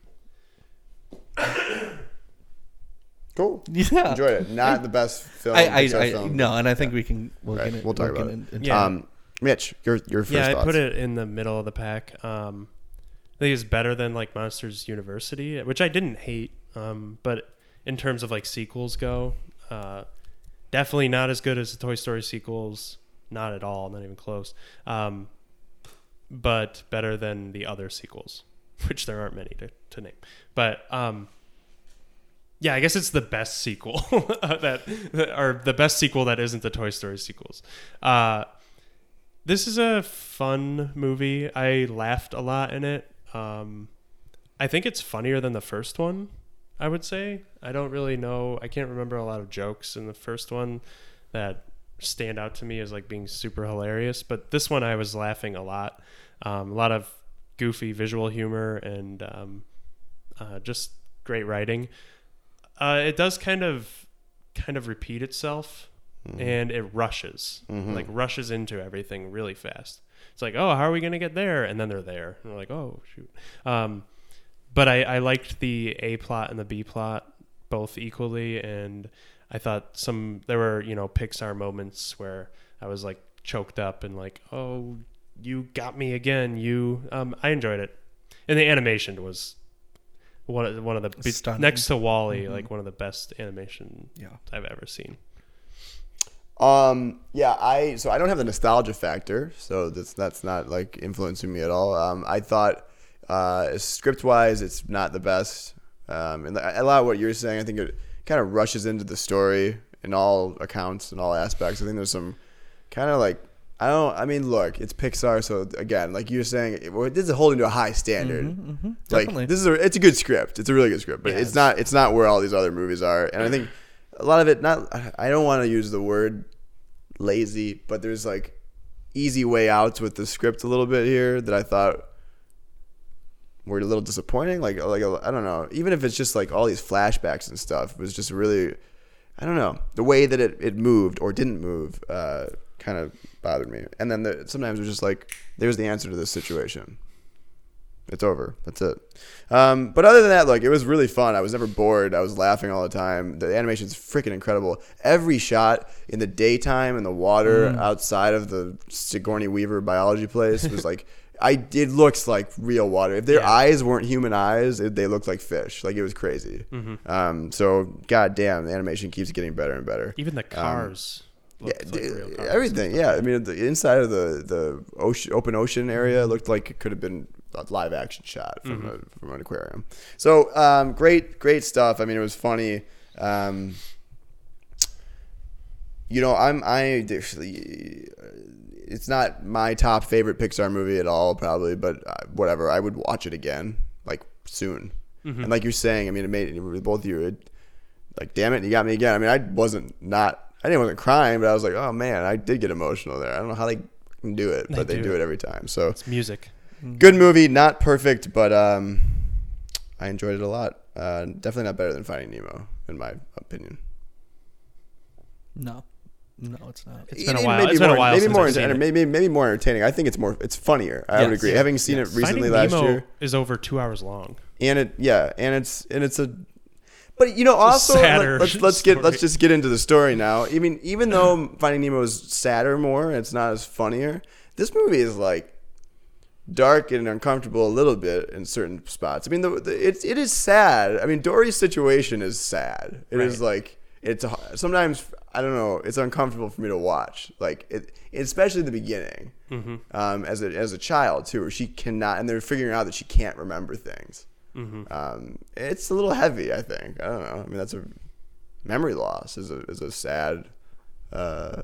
Speaker 2: Cool.
Speaker 4: yeah,
Speaker 2: Enjoyed it. Not the best film.
Speaker 4: I, I,
Speaker 2: Pixar
Speaker 4: I
Speaker 2: film.
Speaker 4: no, and I think we can we'll
Speaker 2: Right,
Speaker 4: get it.
Speaker 2: we'll talk
Speaker 4: we'll
Speaker 2: about it.
Speaker 4: get in-
Speaker 3: Yeah.
Speaker 2: Um, Mitch, your your first
Speaker 3: yeah, I
Speaker 2: thoughts.
Speaker 3: put it in the middle of the pack. Um, I think it's better than like Monsters University, which I didn't hate. Um, but in terms of like sequels go, uh, definitely not as good as the Toy Story sequels. Not at all. Not even close. Um, but better than the other sequels, which there aren't many to, to name. But um, yeah, I guess it's the best sequel that, or the best sequel that isn't the Toy Story sequels. Uh, this is a fun movie. I laughed a lot in it. Um, I think it's funnier than the first one. I would say I don't really know. I can't remember a lot of jokes in the first one that stand out to me as like being super hilarious. But this one, I was laughing a lot. Um, a lot of goofy visual humor and um, uh, just great writing. Uh, it does kind of kind of repeat itself and it rushes like rushes into everything really fast it's like oh how are we going to get there and then they're there and we're like oh shoot um, but I, I liked the a plot and the b plot both equally and i thought some there were you know pixar moments where i was like choked up and like oh you got me again you um, i enjoyed it and the animation was one of, one of the be-
Speaker 4: Stunning. Mm-hmm.
Speaker 3: next to wally like one of the best animation
Speaker 4: Yeah.
Speaker 3: i've ever seen
Speaker 2: Um, yeah, I so I don't have the nostalgia factor, so that's that's not like influencing me at all. Um, I thought uh, script wise, it's not the best. Um, and a lot of what you're saying, I think it kind of rushes into the story in all accounts and all aspects. I think there's some kind of like I don't. I mean, look, it's Pixar, so again, like you're saying, it, well, this is holding to a high standard. Like
Speaker 4: Definitely.
Speaker 2: this is a, it's a good script. It's a really good script, but it's not it's not where all these other movies are. And I think a lot of it. Not I don't want to use the word lazy, but there's like easy way outs with the script a little bit here that I thought were a little disappointing. Like like I don't know. Even if it's just like all these flashbacks and stuff, it was just really I don't know the way that it, it moved or didn't move uh, kind of bothered me. And then the, sometimes it was just like there's the answer to this situation. It's over. That's it. Um, but other than that, like it was really fun. I was never bored. I was laughing all the time. The animation's freaking incredible. Every shot in the daytime in the water outside of the Sigourney Weaver biology place was like, I it looks like real water. If their eyes weren't human eyes, it, they looked like fish. Like it was crazy. Um, so goddamn, the animation keeps getting better and better.
Speaker 3: Even the cars.
Speaker 2: Um, Yeah,
Speaker 3: looked like
Speaker 2: d-
Speaker 3: real cars.
Speaker 2: everything. Yeah, I mean, the inside of the the ocean, open ocean area looked like it could have been a live action shot from
Speaker 3: Mm-hmm.
Speaker 2: a, from an aquarium. So um, great, great stuff. I mean, it was funny. Um, you know, I'm I actually, it's not my top favorite Pixar movie at all, probably, but uh, whatever. I would watch it again, like soon.
Speaker 3: Mm-hmm.
Speaker 2: And like you're saying, I mean, it made with both of you. It, like, damn it, you got me again. I mean, I wasn't not, I didn't wasn't crying, but I was like, oh man, I did get emotional there. I don't know how they do it, but they do it every time. So
Speaker 3: Music.
Speaker 2: Good movie, not perfect, but um, I enjoyed it a lot. Uh, definitely not better than Finding Nemo, in my opinion.
Speaker 4: No, no, it's not.
Speaker 2: It's
Speaker 3: been a while- it's been a
Speaker 2: more,
Speaker 3: while
Speaker 2: Maybe
Speaker 3: since
Speaker 2: more,
Speaker 3: I've seen
Speaker 2: enter-
Speaker 3: it.
Speaker 2: maybe maybe more entertaining. I think it's more. It's funnier. I would
Speaker 4: Yes.
Speaker 2: agree. Having seen it recently
Speaker 3: Finding
Speaker 2: last
Speaker 3: Nemo
Speaker 2: year,
Speaker 3: is over two hours long.
Speaker 2: and it yeah, and it's and it's a. But you know, also
Speaker 3: sadder
Speaker 2: let, us let's get
Speaker 3: story.
Speaker 2: let's just get into the story now. Even even though Finding Nemo is sadder more, and it's not as funnier. This movie is like dark and uncomfortable a little bit in certain spots. I mean, the, the, it, it is sad. I mean, Dory's situation is sad. It is like it's a- sometimes I don't know. It's uncomfortable for me to watch, like it, especially the beginning,
Speaker 3: Mm-hmm.
Speaker 2: um, as a as a child too, where she cannot, and they're figuring out that she can't remember things. Um, it's a little heavy, I think. I don't know. I mean, that's a memory loss is a is a sad. Uh,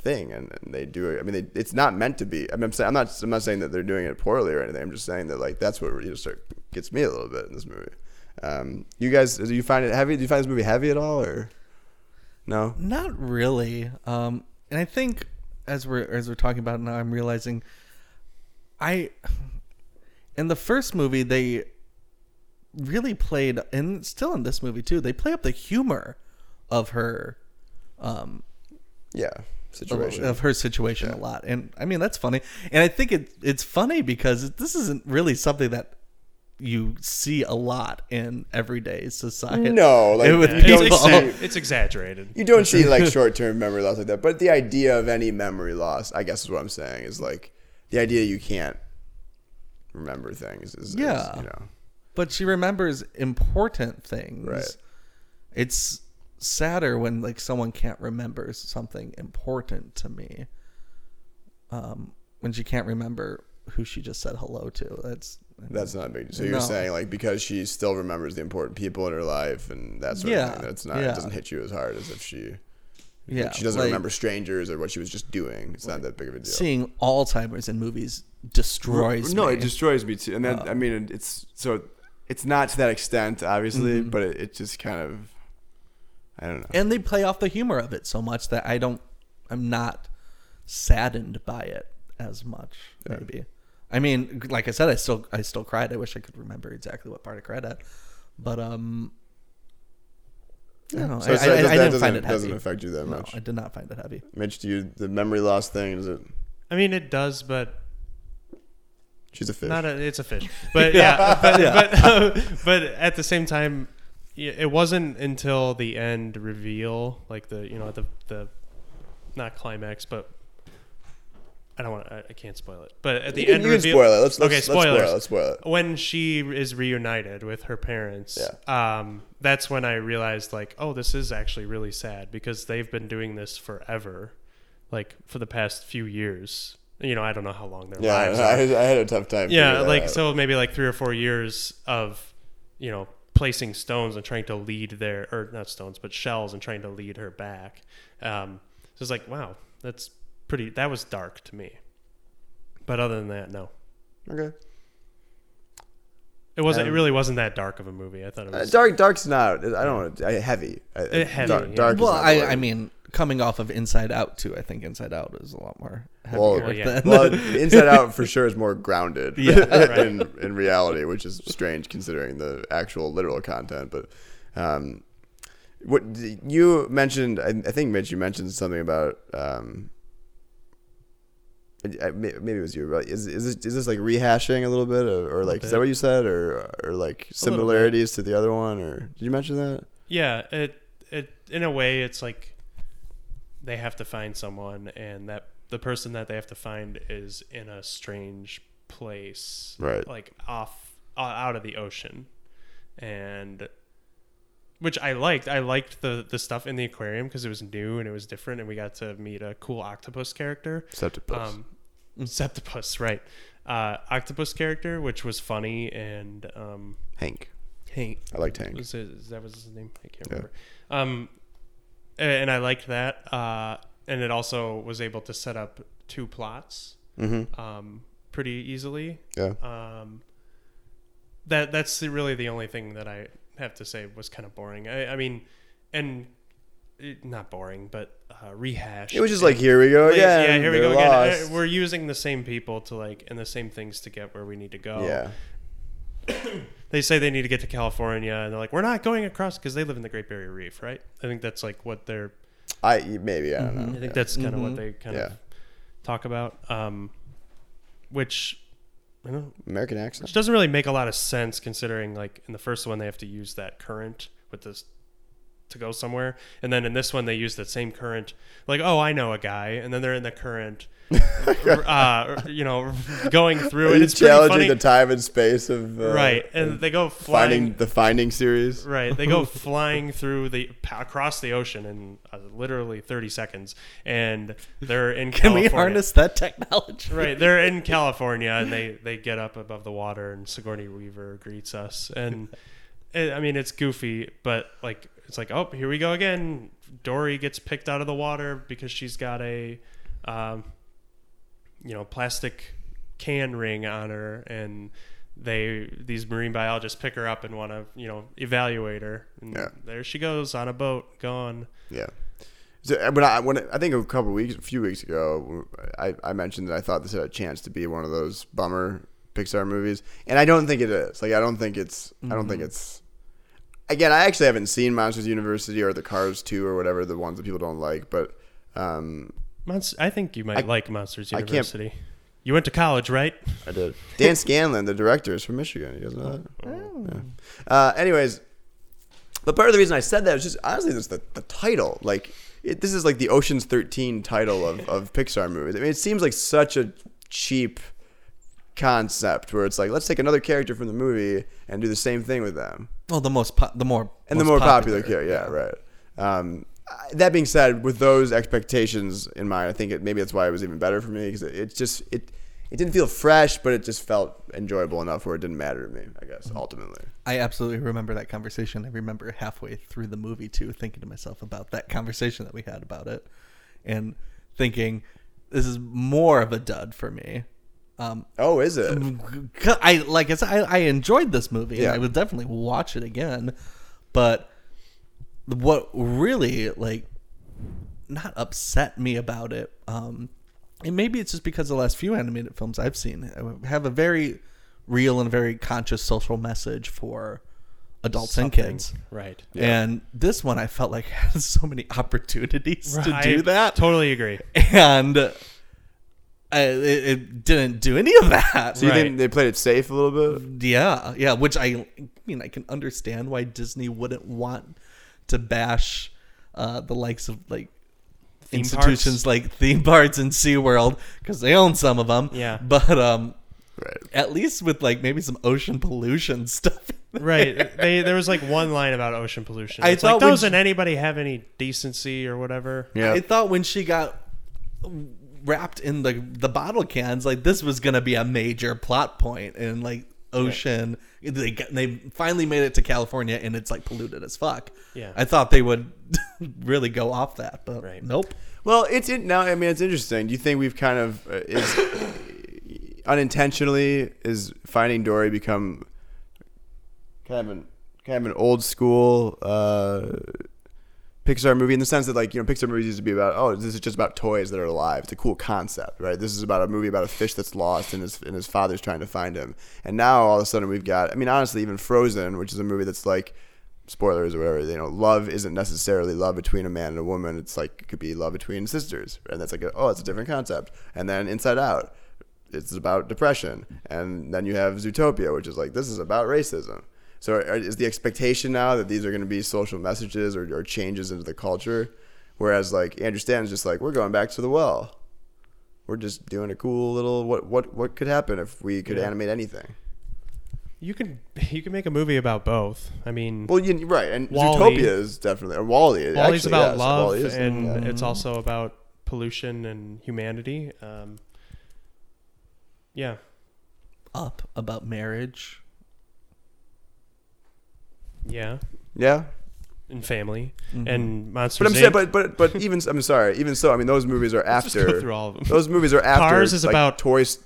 Speaker 2: thing and, and they do it i mean they, it's not meant to be I mean, i'm saying i'm not i'm not saying that they're doing it poorly or anything i'm just saying that like that's what really start, gets me a little bit in this movie um you guys do you find it heavy do you find this movie heavy at all or no
Speaker 4: Not really. Um, and I think as we're as we're talking about it now, I'm realizing I in the first movie they really played and still in this movie too, they play up the humor of her um
Speaker 2: yeah
Speaker 4: of-
Speaker 2: situation
Speaker 4: of her situation a lot. And I mean that's funny. And I think it it's funny because this isn't really something that you see a lot in everyday society.
Speaker 2: No, like,
Speaker 4: it would
Speaker 2: you don't
Speaker 4: be
Speaker 3: It's,
Speaker 2: see-
Speaker 4: people.
Speaker 3: exa- it's exaggerated.
Speaker 2: you don't see like short-term memory loss like that but the idea of any memory loss i guess is what i'm saying is like the idea you can't remember things is, is,
Speaker 4: Yeah.
Speaker 2: you know
Speaker 4: but she remembers important things.
Speaker 2: Right.
Speaker 4: It's sadder when like someone can't remember something important to me. Um, when she can't remember who she just said hello to. That's
Speaker 2: That's not a big. So you're
Speaker 4: No.
Speaker 2: saying like because she still remembers the important people in her life and that sort
Speaker 4: Yeah,
Speaker 2: of thing. That's not.
Speaker 4: yeah.
Speaker 2: It doesn't hit you as hard as if she.
Speaker 4: yeah.
Speaker 2: She doesn't
Speaker 4: like,
Speaker 2: remember strangers or what she was just doing. It's not that big of a deal.
Speaker 4: seeing Alzheimer's in movies destroys
Speaker 2: no,
Speaker 4: me.
Speaker 2: it destroys me too. And that
Speaker 4: Uh.
Speaker 2: I mean, it- it's so it's not to that extent, obviously,
Speaker 4: Mm-hmm.
Speaker 2: but it, it just kind of. I don't know.
Speaker 4: and they play off the humor of it so much that I don't I'm not saddened by it as much maybe. I mean, like I said, I still I still cried. I wish I could remember exactly what part I cried at, but um, I don't know.
Speaker 2: So
Speaker 4: I,
Speaker 2: it's like
Speaker 4: I-
Speaker 2: that
Speaker 4: I didn't
Speaker 2: doesn't-
Speaker 4: find it heavy.
Speaker 2: doesn't affect you that
Speaker 4: No,
Speaker 2: much.
Speaker 4: I did not find it heavy.
Speaker 2: Mitch, do you the memory loss thing? Is it?
Speaker 3: I mean, it does, but
Speaker 2: She's a fish.
Speaker 3: Not a, it's a fish, but yeah, but But, but at the same time, y- it wasn't until the end reveal, like the you know the the not climax, but I don't want I, I can't spoil it. But at the
Speaker 2: You can-
Speaker 3: end
Speaker 2: you can
Speaker 3: reveal,
Speaker 2: spoil it. Let's- let's- let's spoil it.
Speaker 3: spoilers.
Speaker 2: Let's spoil it.
Speaker 3: When she is reunited with her parents, um, that's when I realized like, oh, this is actually really sad because they've been doing this forever, like for the past few years. You know, I don't know how long their
Speaker 2: yeah, I,
Speaker 3: lives are.
Speaker 2: I had a tough time.
Speaker 3: Yeah,
Speaker 2: figuring that
Speaker 3: like
Speaker 2: out.
Speaker 3: so maybe like three or four years of, you know, placing stones and trying to lead their or not stones but shells and trying to lead her back. Um, so it's like wow, that's pretty. That was dark to me. But other than that, no,
Speaker 2: Okay.
Speaker 3: it wasn't. it really wasn't that dark of a movie. I thought it
Speaker 2: Uh,
Speaker 3: was.
Speaker 2: dark, dark's not. I don't know. I, heavy. I, I-
Speaker 3: heavy,
Speaker 2: Dark,
Speaker 3: yeah.
Speaker 2: dark is
Speaker 4: Well,
Speaker 2: not the
Speaker 4: I,
Speaker 2: word.
Speaker 4: I mean, coming off of Inside Out too, I think Inside Out is a lot more heavier
Speaker 2: Well,
Speaker 3: Oh, yeah.
Speaker 4: than
Speaker 2: well, Inside Out for sure is more grounded in, in reality, which is strange considering the actual literal content. But um, what you mentioned, I, I think Mitch, you mentioned something about um, I- I- may- maybe it was you. But is is this, is this like rehashing a little bit, or, or like is that what you said, or or like similarities to the other one, or did you mention that?
Speaker 3: Yeah, it it in a way it's like they have to find someone and that the person that they have to find is in a strange place.
Speaker 2: Right.
Speaker 3: Like off o- out of the ocean. And which I liked. I liked the the stuff in the aquarium because it was new and it was different and we got to meet a cool octopus character.
Speaker 2: Septipus.
Speaker 3: Um, Septipus, right. Uh, octopus character, which was funny and um,
Speaker 2: Hank.
Speaker 3: Hank
Speaker 2: I liked Hank.
Speaker 3: was it, is that was his name? I can't remember. Um, a- and I liked that. Uh, and it also was able to set up two plots um, pretty easily.
Speaker 2: Mm-hmm. Yeah.
Speaker 3: Um, that that's the- really the only thing that I have to say was kind of boring. I, I mean, and it- not boring, but uh, rehashed.
Speaker 2: It was just like, here we go
Speaker 3: Like,
Speaker 2: again.
Speaker 3: yeah, here we
Speaker 2: they're
Speaker 3: go again. Uh,
Speaker 2: lost.
Speaker 3: We're using the same people to like and the same things to get where we need to go.
Speaker 2: yeah.
Speaker 3: They say they need to get to California, and they're like, we're not going across because they live in the Great Barrier Reef, right? I think that's like what they're.
Speaker 2: I maybe I don't know.
Speaker 3: I think that's kind of what they kind
Speaker 2: Mm-hmm. Yeah.
Speaker 3: of talk about. Um, which I don't know,
Speaker 2: American accent.
Speaker 3: which doesn't really make a lot of sense considering like in the first one they have to use that current with this to go somewhere and then in this one they use that same current like oh i know a guy and then they're in the current uh, you know going through it
Speaker 2: Are you
Speaker 3: it's pretty
Speaker 2: challenging
Speaker 3: funny
Speaker 2: the time and space of uh,
Speaker 3: right and they go
Speaker 2: finding
Speaker 3: flying
Speaker 2: the finding series.
Speaker 3: right they go flying through the pa- across the ocean in uh, literally 30 seconds and they're in
Speaker 4: Can we
Speaker 3: California.
Speaker 4: harness that technology?
Speaker 3: Right, they're in California and they they get up above the water and Sigourney Weaver greets us and it, I mean it's goofy but like it's like oh here we go again Dory gets picked out of the water because she's got a um, you know plastic can ring on her and they these marine biologists pick her up and want to you know evaluate her and
Speaker 2: Yeah.
Speaker 3: there she goes on a boat gone
Speaker 2: Yeah. So uh, when I when I think a couple weeks, a few weeks ago, I, I mentioned that I thought this had a chance to be one of those bummer Pixar movies, and I don't think it is. Like I don't think it's I don't
Speaker 3: Mm-hmm.
Speaker 2: think it's. Again, I actually haven't seen Monsters University or the Cars Two or whatever the ones that people don't like, but um,
Speaker 3: Monst- I think you might like Monsters
Speaker 2: can't-
Speaker 3: University you went to college right
Speaker 2: I did. Dan Scanlon, the director, is from Michigan. You guys know that. Yeah. Uh, anyways, but part of the reason I said that is just honestly this the, the title. Like it, this is like the Ocean's Thirteen title of of Pixar movies. I mean, it seems like such a cheap concept where it's like let's take another character from the movie and do the same thing with them
Speaker 4: Well, the most po- the more
Speaker 2: and the more
Speaker 4: most
Speaker 2: popular, character. Yeah, right. Um, I- that being said, with those expectations in mind, I think it, maybe that's why it was even better for me because it, it just it it didn't feel fresh, but it just felt enjoyable enough where it didn't matter to me. I guess ultimately,
Speaker 4: I absolutely remember that conversation. I remember halfway through the movie too, thinking to myself about that conversation that we had about it, and thinking this is more of a dud for me. Um,
Speaker 2: oh, is it?
Speaker 4: I like I said, I, I enjoyed this movie.
Speaker 2: Yeah.
Speaker 4: And I would definitely watch it again, but what really like not upset me about it, um, and maybe it's just because the last few animated films I've seen have a very real and very conscious social message for adults and kids.
Speaker 3: right
Speaker 4: And this one, I felt like had so many opportunities to
Speaker 3: I
Speaker 4: do that
Speaker 3: Totally agree.
Speaker 4: and uh, it, it didn't do any of that.
Speaker 2: So you
Speaker 3: Right.
Speaker 2: think they played it safe a little bit?
Speaker 4: Yeah, yeah. Which I, I mean, I can understand why Disney wouldn't want to bash uh, the likes of like
Speaker 3: Theme
Speaker 4: institutions like theme parks and SeaWorld because they own some of them.
Speaker 3: Yeah.
Speaker 4: but um,
Speaker 2: Right.
Speaker 4: at least with like maybe some ocean pollution stuff. in there.
Speaker 3: Right. They there was like one line about ocean pollution.
Speaker 4: I
Speaker 3: It's like
Speaker 4: thought when
Speaker 3: doesn't
Speaker 4: she-
Speaker 3: anybody have any decency or whatever.
Speaker 2: Yeah.
Speaker 4: I thought when she got wrapped in the the bottle cans, like this was gonna be a major plot point, and like ocean, they got- they finally made it to California, and it's like polluted as fuck.
Speaker 3: Yeah.
Speaker 4: I thought they would really go off that, but
Speaker 3: Right.
Speaker 4: nope.
Speaker 2: Well, it's in, now. I mean, it's interesting. Do you think we've kind of uh, is unintentionally is finding Dory become kind of an kind of an old school uh, Pixar movie in the sense that like you know Pixar movies used to be about oh this is just about toys that are alive. It's a cool concept, right? This is about a movie about a fish that's lost and his and his father's trying to find him. And now all of a sudden we've got I mean honestly even Frozen, which is a movie that's like spoilers or whatever. You know, love isn't necessarily love between a man and a woman. It's like it could be love between sisters, and that's like a, oh, it's a different concept. And then Inside Out, it's about depression, and then you have Zootopia, which is like this is about racism. So are- is the expectation now that these are going to be social messages or, or changes into the culture, whereas like Andrew Stanton's just like we're going back to the well. We're just doing a cool little what what what could happen if we could animate anything.
Speaker 3: You can you can make a movie about both. I mean
Speaker 2: Well, you, right, and
Speaker 3: Wall-E.
Speaker 2: Zootopia is definitely or Wally.
Speaker 3: Wally's
Speaker 2: actually,
Speaker 3: about
Speaker 2: yes,
Speaker 3: love
Speaker 2: Wall-E is-
Speaker 3: and
Speaker 2: yeah.
Speaker 3: it's also about pollution and humanity. Um, yeah.
Speaker 4: Up about marriage.
Speaker 3: Yeah.
Speaker 2: Yeah,
Speaker 3: And family. And monsters.
Speaker 2: Mm-hmm. but I'm saying,
Speaker 3: Inc.
Speaker 2: but but but even I'm sorry, even so, I mean, those movies are
Speaker 3: Let's just
Speaker 2: after
Speaker 3: go through all of them.
Speaker 2: those movies are after
Speaker 3: Cars is
Speaker 2: like,
Speaker 3: about-
Speaker 2: toys,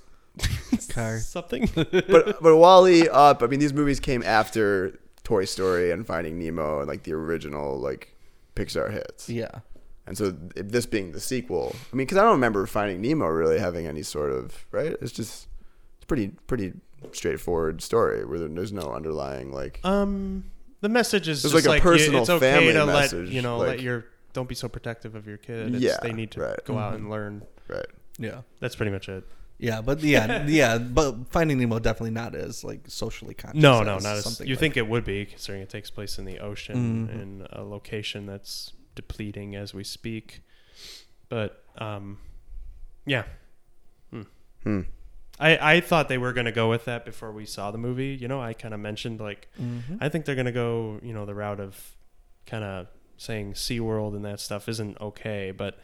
Speaker 4: Car.
Speaker 3: something.
Speaker 2: but but Wally up. I mean, these movies came after Toy Story and Finding Nemo and like the original like Pixar hits.
Speaker 4: Yeah.
Speaker 2: And so th- this being the sequel, I mean, because I don't remember Finding Nemo really having any sort of right. It's just it's pretty pretty straightforward story where there- there's no underlying like
Speaker 3: Um, the message is
Speaker 2: There's
Speaker 3: just
Speaker 2: like
Speaker 3: like,
Speaker 2: a
Speaker 3: y-
Speaker 2: personal
Speaker 3: it's okay
Speaker 2: family
Speaker 3: to
Speaker 2: message,
Speaker 3: let you know
Speaker 2: like-
Speaker 3: let your don't be so protective of your kid. It's,
Speaker 2: Yeah,
Speaker 3: they need to
Speaker 2: right. Mm-hmm.
Speaker 3: go out and learn.
Speaker 2: right.
Speaker 4: Yeah.
Speaker 3: That's pretty much it.
Speaker 4: Yeah, but yeah, yeah, but Finding Nemo definitely not as like socially conscious.
Speaker 3: No, no,
Speaker 4: as
Speaker 3: not as
Speaker 4: something
Speaker 3: you
Speaker 4: like- Mm-hmm.
Speaker 3: think it would be, considering it takes place in the ocean in a location that's depleting as we speak. But um, yeah, hmm. I I thought they were gonna go with that before we saw the movie. You know, I kind of mentioned like
Speaker 4: Mm-hmm.
Speaker 3: I think they're gonna go you know the route of kind of saying SeaWorld and that stuff isn't okay, but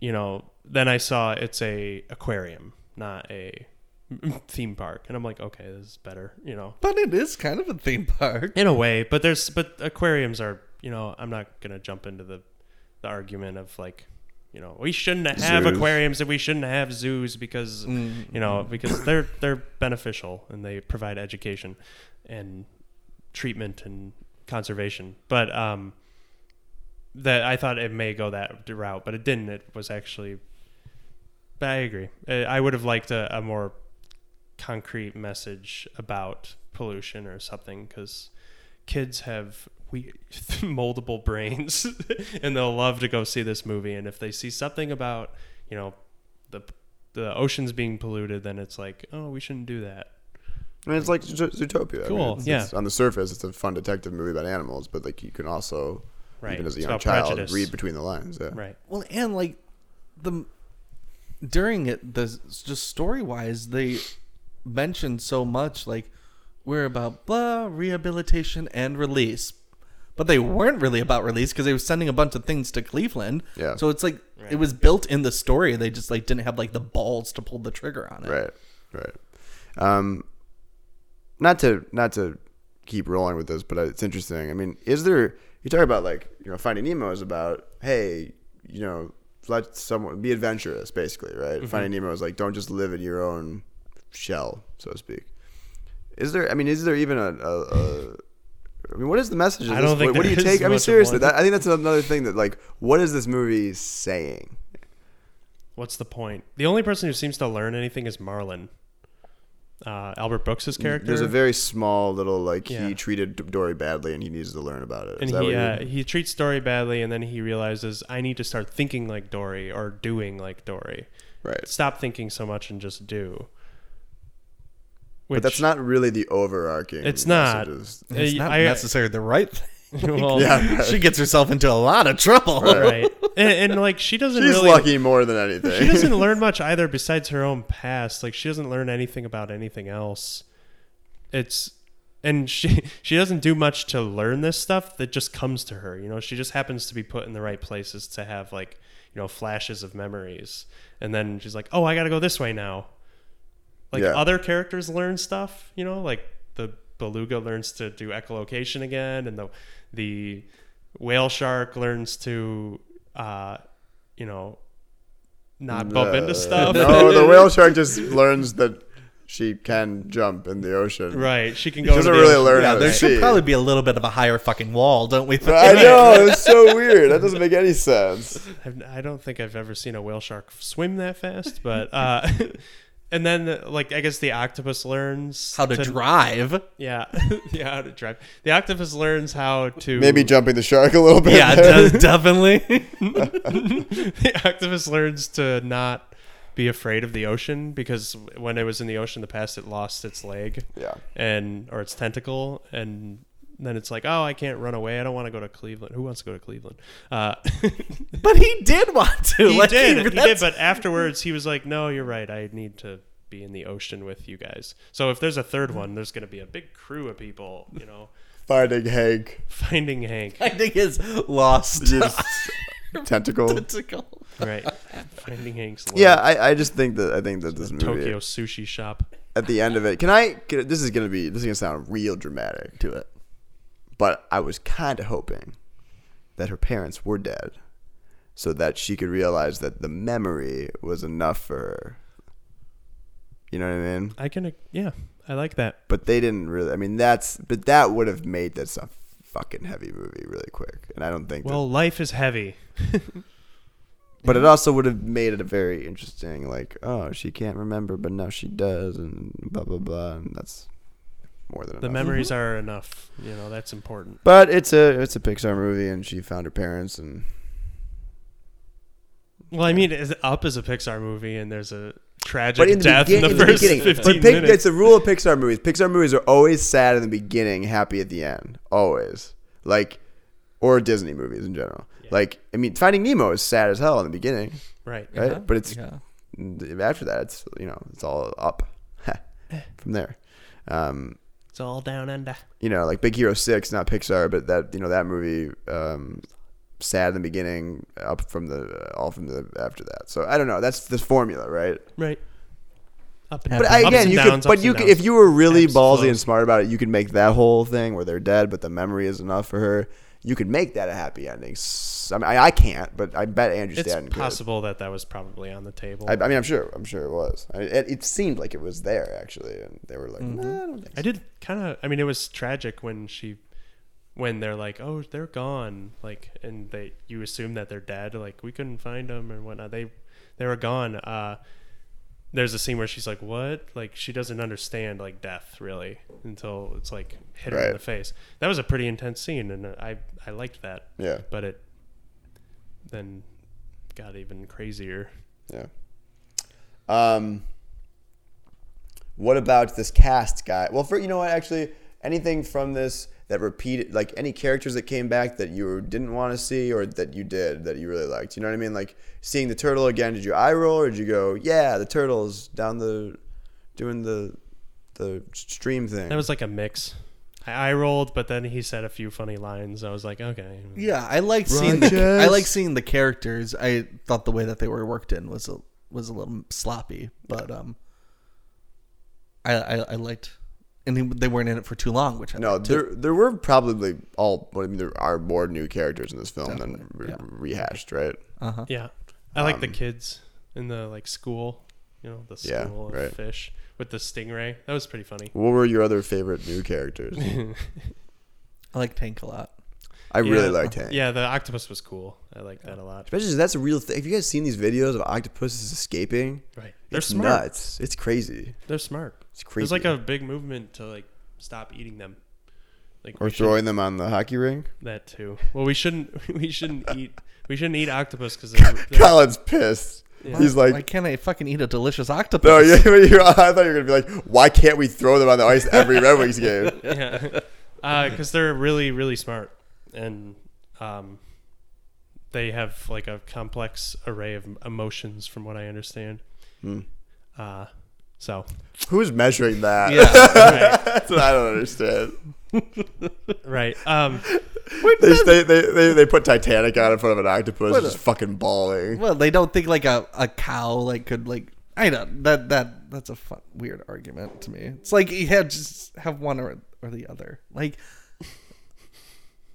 Speaker 3: you know then I saw it's a aquarium, not a theme park, and I'm like, okay, this is better. You know,
Speaker 4: but it is kind of a theme park.
Speaker 3: in a way but there's but aquariums are you know i'm not gonna jump into the the argument of like you know we shouldn't have
Speaker 2: Zoos.
Speaker 3: aquariums and we shouldn't have zoos because you know because they're they're beneficial and they provide education and treatment and conservation but um that i thought it may go that route but it didn't it was actually but i agree i I would have liked a, a more concrete message about pollution or something because kids have we moldable brains and they'll love to go see this movie and if they see something about you know the the oceans being polluted then it's like oh we shouldn't do that
Speaker 2: I mean, it's like Zoot- Zootopia. I mean,
Speaker 3: Cool,
Speaker 2: it's-
Speaker 3: yeah.
Speaker 2: it's- on the surface, it's a fun detective movie about animals, but like you can also
Speaker 3: Right,
Speaker 2: even as a
Speaker 3: it's
Speaker 2: young
Speaker 3: about
Speaker 2: child
Speaker 3: prejudice.
Speaker 2: read between the lines. Yeah.
Speaker 3: right
Speaker 4: Well, and like the during it, the just story wise, they mentioned so much like we're about blah rehabilitation and release, but they weren't really about release because they were sending a bunch of things to Cleveland.
Speaker 2: Yeah.
Speaker 4: So it's like it was built in the story. They just like didn't have like the balls to pull the trigger on it.
Speaker 2: Right. Right. Um, not to not to keep rolling with this, but it's interesting. I mean, is there you talk about like you know Finding Nemo is about hey you know let someone be adventurous basically right.
Speaker 3: Mm-hmm.
Speaker 2: Finding Nemo is like don't just live in your own shell so to speak. Is there? I mean, is there even a? a, a I mean, what is the message? Of
Speaker 3: I
Speaker 2: this?
Speaker 3: don't think
Speaker 2: what, what do you
Speaker 3: there is
Speaker 2: take? I
Speaker 3: much
Speaker 2: mean,
Speaker 3: of
Speaker 2: seriously,
Speaker 3: one.
Speaker 2: that, I think that's another thing that like, what is this movie saying?
Speaker 3: what's the point the only person who seems to learn anything is marlin uh, albert brooks's character
Speaker 2: There's a very small little like
Speaker 3: Yeah.
Speaker 2: he treated D- Dory badly and he needs to learn about it. Is
Speaker 3: and
Speaker 2: that what
Speaker 3: he
Speaker 2: you-
Speaker 3: uh, he treats Dory badly, and then he realizes I need to start thinking like Dory or doing like Dory.
Speaker 2: right.
Speaker 3: Stop thinking so much and just do. Which
Speaker 2: But that's not really the overarching.
Speaker 3: It's not. Uh,
Speaker 2: messages.
Speaker 4: It's not necessarily the right thing.
Speaker 3: well,
Speaker 2: Yeah,
Speaker 4: she gets herself into a lot of trouble.
Speaker 3: right. And, and like she doesn't
Speaker 2: she's
Speaker 3: really.
Speaker 2: lucky more than anything.
Speaker 3: She doesn't learn much either, besides her own past. Like she doesn't learn anything about anything else. It's and she she doesn't do much to learn this stuff that just comes to her. You know, she just happens to be put in the right places to have like you know flashes of memories, and then she's like, oh, I got to go this way now. Like
Speaker 2: Yeah.
Speaker 3: other characters learn stuff. You know, like the beluga learns to do echolocation again, and the the whale shark learns to uh you know not bump into stuff
Speaker 2: no, Oh, the whale shark just learns that she can jump in the ocean.
Speaker 3: right she can
Speaker 2: She
Speaker 3: go
Speaker 2: doesn't
Speaker 3: to the
Speaker 2: really
Speaker 3: ocean.
Speaker 2: learn
Speaker 4: Yeah,
Speaker 2: how to
Speaker 4: there should
Speaker 2: see.
Speaker 4: probably be a little bit of a higher fucking wall, don't we think?
Speaker 2: I know it's so weird. That doesn't make any sense.
Speaker 3: I've, I don't think I've ever seen a whale shark swim that fast, but uh, and then like I guess the octopus learns
Speaker 4: How to drive.
Speaker 3: Yeah, yeah, how to drive. The octopus learns how to
Speaker 2: Maybe jumping the shark a little bit.
Speaker 4: Yeah,
Speaker 2: there.
Speaker 4: de- definitely.
Speaker 3: the octopus learns to not be afraid of the ocean because when it was in the ocean in the past, it lost its leg.
Speaker 2: Yeah.
Speaker 3: and or its tentacle and. Then it's like, oh, I can't run away. I don't want to go to Cleveland. Who wants to go to Cleveland? Uh,
Speaker 4: But he did want to.
Speaker 3: he
Speaker 4: like,
Speaker 3: did. He, did.
Speaker 4: that's-
Speaker 3: But afterwards, he was like, "No, you're right. I need to be in the ocean with you guys." So if there's a third one, there's going to be a big crew of people. You know,
Speaker 2: Finding Hank.
Speaker 3: finding Hank,
Speaker 4: I think his lost
Speaker 2: Just tentacle.
Speaker 4: tentacle.
Speaker 3: right? finding Hank's little
Speaker 2: Yeah, I, I just think that I think that this movie
Speaker 3: Tokyo sushi shop.
Speaker 2: at the end of it. Can I? Can, this is gonna be. This is gonna sound real dramatic to it, but I was kind of hoping that her parents were dead, so that she could realize that the memory was enough for her. You know what I mean?
Speaker 3: I can, yeah, I like that.
Speaker 2: But they didn't really. I mean, that's. But that would have made this a fucking heavy movie really quick, and I don't think. that-
Speaker 3: Well, life is heavy.
Speaker 2: but it also would have made it a very interesting, like, oh, she can't remember, but now she does, and blah blah blah, and that's more than
Speaker 3: The
Speaker 2: enough.
Speaker 3: memories are enough. You know, that's important.
Speaker 2: But it's a it's a Pixar movie, and she found her parents, and
Speaker 3: Well, I mean, is- Up is a Pixar movie, and there's a tragic
Speaker 2: but in the,
Speaker 3: death
Speaker 2: begin-
Speaker 3: in the first 15
Speaker 2: but Pic-
Speaker 3: minutes.
Speaker 2: it's a rule of Pixar movies. Pixar movies are always sad in the beginning, happy at the end, always. Like, or Disney movies in general. Like, I mean, Finding Nemo is sad as hell in the beginning,
Speaker 3: right.
Speaker 2: right? But it's
Speaker 4: Yeah.
Speaker 2: after that, it's you know, it's all up from there. Um,
Speaker 3: It's all down uh, under.
Speaker 2: you know, like Big Hero Six, not Pixar, but that you know that movie, um, sad in the beginning, up from the uh, all from the after that. So I don't know. That's the formula, right?
Speaker 3: Right. Up and
Speaker 2: But
Speaker 3: down.
Speaker 2: I,
Speaker 3: Ups
Speaker 2: again,
Speaker 3: and
Speaker 2: you
Speaker 3: downs,
Speaker 2: could, but
Speaker 3: ups
Speaker 2: you
Speaker 3: and
Speaker 2: could, if
Speaker 3: downs.
Speaker 2: you were really
Speaker 3: Ebbs and
Speaker 2: ballsy and
Speaker 3: flows.
Speaker 2: smart about it, you could make that whole thing where they're dead, but the memory is enough for her. You could make that a happy ending. S- I mean, I, I can't, but I bet Andrew
Speaker 3: it's
Speaker 2: Stanton
Speaker 3: possible that that was probably on the table.
Speaker 2: could. I, I mean, I'm sure. I'm sure it was. I, it, it seemed like it was there actually, and they were like, "Nah, I don't think
Speaker 3: I did kind of. I mean, it was tragic when she, when they're like, "Oh, they're gone," like, and they you assume that they're dead. Like, we couldn't find them and whatnot. They, they were gone. Uh, there's a scene where she's like, "What?" Like, she doesn't understand like death really until it's like hit her in
Speaker 2: Right.
Speaker 3: the face. That was a pretty intense scene, and uh, I I liked that.
Speaker 2: Yeah.
Speaker 3: But it then got even crazier.
Speaker 2: Yeah. Um. What about this cast guy? Well, for you know what, actually, anything from this that repeated, like any characters that came back that you didn't want to see or that you did that you really liked. You know what I mean? Like seeing the turtle again. Did you eye roll or did you go, yeah, the turtle's down the, doing the, the stream thing?
Speaker 3: That was like a mix. I, I rolled, but then he said a few funny lines. I was like, okay.
Speaker 4: Yeah, I like seeing the, I like seeing the characters. I thought the way that they were worked in was a was a little sloppy, but um, I I, I liked, and they, they weren't in it for too long, which I
Speaker 2: No,
Speaker 4: liked, too.
Speaker 2: there there were probably all. well, I mean, there are more new characters in this film than re-
Speaker 4: yeah.
Speaker 2: rehashed, right?
Speaker 3: Yeah, I like the kids in the like school. You know, the school
Speaker 2: Um, Yeah,
Speaker 3: of
Speaker 2: right.
Speaker 3: fish with the stingray. That was pretty funny.
Speaker 2: What were your other favorite new characters?
Speaker 4: I like Tank a lot.
Speaker 2: I really
Speaker 3: Yeah.
Speaker 2: liked Hank.
Speaker 3: Yeah, the octopus was cool. I like that a lot.
Speaker 2: Especially that's a real thing. Have you guys seen these videos of octopuses escaping?
Speaker 3: Right, they're
Speaker 2: it's
Speaker 3: smart.
Speaker 2: nuts. It's crazy.
Speaker 3: They're smart.
Speaker 2: It's
Speaker 3: There's like
Speaker 2: creepy.
Speaker 3: a big movement to like stop eating them. Like
Speaker 2: Or
Speaker 3: we should-
Speaker 2: throwing them on the hockey ring.
Speaker 3: that too. Well, we shouldn't. We shouldn't eat. We shouldn't eat octopus because they're, they're
Speaker 2: Colin's pissed. He's like,
Speaker 4: Why can't I fucking eat a delicious octopus?
Speaker 2: no, you, you, I thought you were gonna be like, why can't we throw them on the ice every Red Wings game?
Speaker 3: yeah, because Uh, they're really really smart and um, they have like a complex array of emotions from what I understand.
Speaker 2: Hmm.
Speaker 3: Uh, so
Speaker 2: Who's measuring that?
Speaker 3: right,
Speaker 2: That's what I don't understand.
Speaker 3: right. Um,
Speaker 2: They, they, they, they, they put Titanic on in front of an octopus, just fucking bawling.
Speaker 4: Well, they don't think like a, a cow like could like I don't that that that's a fun, weird argument to me. It's like you had just have one or or the other. Like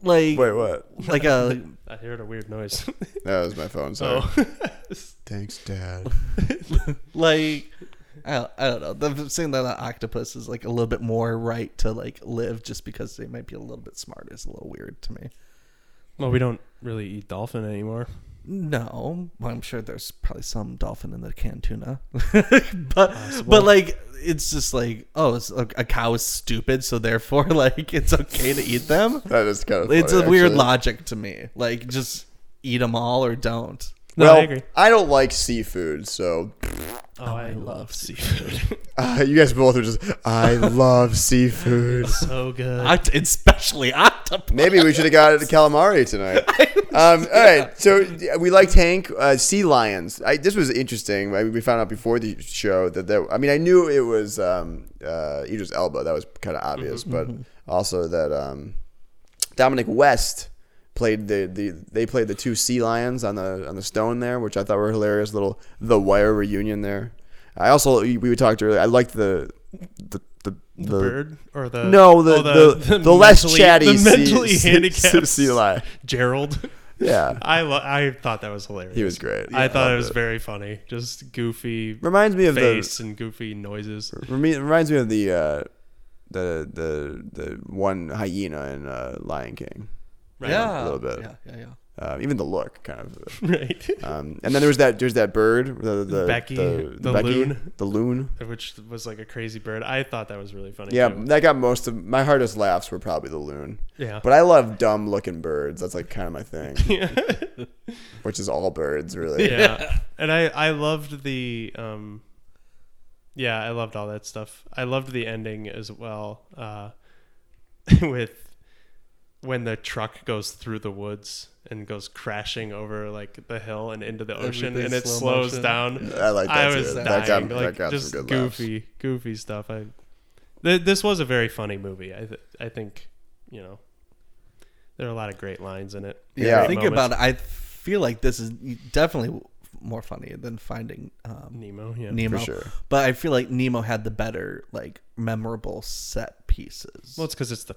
Speaker 4: like
Speaker 2: Wait, what?
Speaker 4: like a
Speaker 3: I heard a weird noise.
Speaker 2: That was my phone. Sorry.
Speaker 3: oh,
Speaker 2: Thanks, Dad.
Speaker 4: like I don't, I don't know. The saying that an octopus is like a little bit more right to like live just because they might be a little bit smarter is a little weird to me.
Speaker 3: well, we don't really eat dolphin anymore.
Speaker 4: No, well, I'm sure there's probably some dolphin in the canned tuna, but but like it's just like oh, it's, a, a cow is stupid, so therefore like it's okay to eat them.
Speaker 2: That is kind of.
Speaker 4: It's a
Speaker 2: funny,
Speaker 4: weird
Speaker 2: actually.
Speaker 4: logic to me. Like just eat them all or don't.
Speaker 3: No,
Speaker 2: well,
Speaker 3: I agree.
Speaker 2: don't like seafood, so
Speaker 3: Oh, I, love seafood.
Speaker 2: uh, you guys both are just. I love seafood.
Speaker 3: so good.
Speaker 4: Oct- especially octopus.
Speaker 2: Maybe we should have got it to calamari tonight. Um, all right, so yeah, we liked Hank. Uh, sea lions. I, this was interesting. I mean, we found out before the show that that. I mean, I knew it was um, uh, Idris Elba. That was kind of obvious, but also that um, Dominic West played the, the they played the two sea lions on the on the stone there, which I thought were hilarious little the wire reunion there. I also we we talked earlier. I liked the the the, the,
Speaker 3: Bird or the
Speaker 2: No, the-
Speaker 3: oh,
Speaker 2: the- the less
Speaker 3: mentally-
Speaker 2: chatty
Speaker 3: the
Speaker 2: sea-
Speaker 3: mentally
Speaker 2: sea-
Speaker 3: handicapped
Speaker 2: sea lion.
Speaker 3: Gerald.
Speaker 2: Yeah,
Speaker 3: I lo- I thought that was hilarious.
Speaker 2: he was great.
Speaker 3: I thought it
Speaker 2: loved
Speaker 3: was very funny. Just goofy
Speaker 2: Reminds me of the
Speaker 3: face and goofy noises.
Speaker 2: Remi- reminds me of the uh, the the the one hyena in uh, Lion King.
Speaker 4: yeah,
Speaker 2: little bit.
Speaker 4: Yeah, yeah, yeah.
Speaker 2: Uh, even the look, kind of.
Speaker 3: right?
Speaker 2: Um, and then there was that. There's that bird. The, the
Speaker 3: Becky,
Speaker 2: The,
Speaker 3: the
Speaker 2: Becky,
Speaker 3: loon.
Speaker 2: The loon.
Speaker 3: Which was like a crazy bird. I thought that was really funny.
Speaker 2: Yeah,
Speaker 3: too.
Speaker 2: that got most of my hardest laughs were probably the loon.
Speaker 3: Yeah.
Speaker 2: But I love dumb looking birds. That's like kind of my thing. Which is all birds, really.
Speaker 3: yeah. And I I loved the um yeah, I loved all that stuff. I loved the ending as well uh with when the truck goes through the woods and goes crashing over like the hill and into the ocean
Speaker 4: Everything's
Speaker 3: and it
Speaker 4: slow
Speaker 3: slows
Speaker 4: motion.
Speaker 3: down.
Speaker 2: I like that
Speaker 3: I
Speaker 2: too.
Speaker 3: was
Speaker 2: That
Speaker 3: dying.
Speaker 2: got- that
Speaker 3: like,
Speaker 2: got some
Speaker 3: just
Speaker 2: good laughs.
Speaker 3: goofy goofy stuff. I th- this was a very funny movie. I th- I think, you know, there are a lot of great lines in it.
Speaker 4: Yeah,
Speaker 3: Great
Speaker 4: think
Speaker 3: moments.
Speaker 4: about it. I feel like this is definitely more funny than finding um,
Speaker 3: Nemo, yeah.
Speaker 4: Nemo.
Speaker 2: sure.
Speaker 4: But I feel like Nemo had the better, like, memorable set pieces.
Speaker 3: Well, it's cuz it's the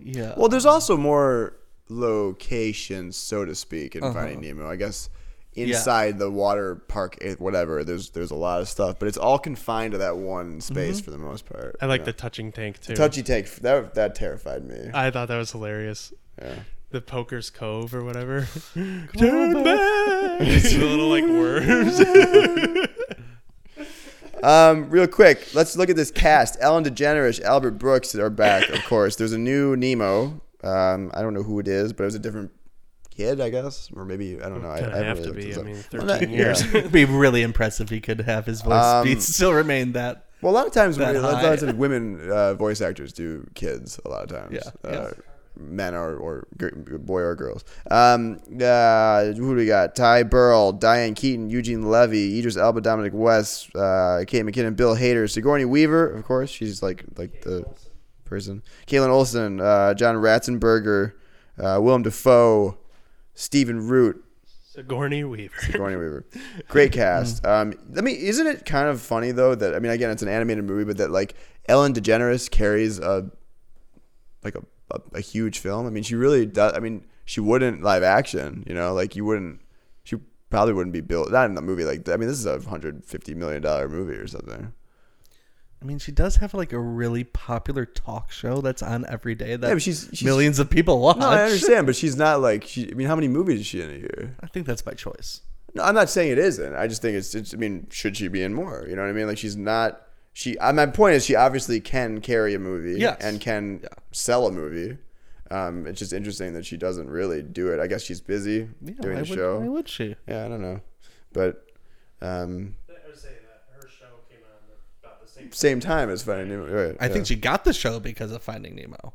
Speaker 4: yeah.
Speaker 2: Well, there's also more locations, so to speak,
Speaker 3: Uh-huh.
Speaker 2: in Finding Nemo. I guess inside the water park, eh, whatever. There's there's a lot of stuff, but it's all confined to that
Speaker 3: Mm-hmm.
Speaker 2: one space for the most part.
Speaker 3: I like the touching tank too.
Speaker 2: touchy tank. That that terrified me.
Speaker 3: I thought that was hilarious.
Speaker 2: Yeah.
Speaker 3: The Poker's Cove or whatever. Turn back. You see the little like worms.
Speaker 2: Um, real quick, let's look at this cast. Ellen DeGeneres, Albert Brooks are back, of course. There's a new Nemo. Um, I don't know who it is, but it was a different kid, I guess, or maybe I don't know. I, I
Speaker 3: Kinda
Speaker 2: haven't
Speaker 3: have
Speaker 2: really
Speaker 3: to
Speaker 2: looked
Speaker 3: be.
Speaker 2: this
Speaker 3: I
Speaker 2: up.
Speaker 3: mean,
Speaker 2: Well,
Speaker 3: thirteen
Speaker 2: not-
Speaker 3: years.
Speaker 2: yeah.
Speaker 4: It'd be really impressive if he could have his voice be,
Speaker 2: Um,
Speaker 4: still remain that.
Speaker 2: Well, a lot of times,
Speaker 4: That
Speaker 2: we- a lot
Speaker 4: high.
Speaker 2: of times women uh, voice actors do kids. A lot of times,
Speaker 4: Yeah.
Speaker 2: Uh, men or or g- boy or girls. Um, uh, who do we got? Ty Burrell, Diane Keaton, Eugene Levy, Idris Elba, Dominic West, uh, Kate McKinnon, Bill Hader, Sigourney Weaver. Of course, she's like like the person. Kaylin Olsen, uh, John Ratzenberger, uh, Willem Dafoe, Stephen Root,
Speaker 3: Sigourney Weaver.
Speaker 2: Sigourney Weaver. Great cast. Um, I mean, isn't it kind of funny though that I mean, again, it's an animated movie, but that like Ellen DeGeneres carries a like a, a, a huge film. I mean, she really does. I mean, she wouldn't live action. You know, like you wouldn't. She probably wouldn't be built. Not in the movie. Like I mean, this is a hundred fifty million dollar movie or something.
Speaker 4: I mean, she does have, like, a really popular talk show that's on every day that
Speaker 2: Yeah, but she's- she's-
Speaker 4: millions of people watch.
Speaker 2: No, I understand, but she's not like. She, I mean, how many movies is she in a year?
Speaker 4: I think that's by choice.
Speaker 2: No, I'm not saying it isn't. I just think it's, it's. I mean, should she be in more? You know what I mean? Like she's not. She. I, my point is, she obviously can carry a movie.
Speaker 4: Yes.
Speaker 2: And can sell a movie. Um, it's just interesting that she doesn't really do it. I guess she's busy
Speaker 4: Yeah,
Speaker 2: doing
Speaker 4: why
Speaker 2: the
Speaker 4: would,
Speaker 2: show.
Speaker 4: Why would she?
Speaker 2: Yeah, I don't know, but um, same time as Finding Nemo. Right,
Speaker 4: I think
Speaker 2: yeah.
Speaker 4: she got the show because of Finding Nemo.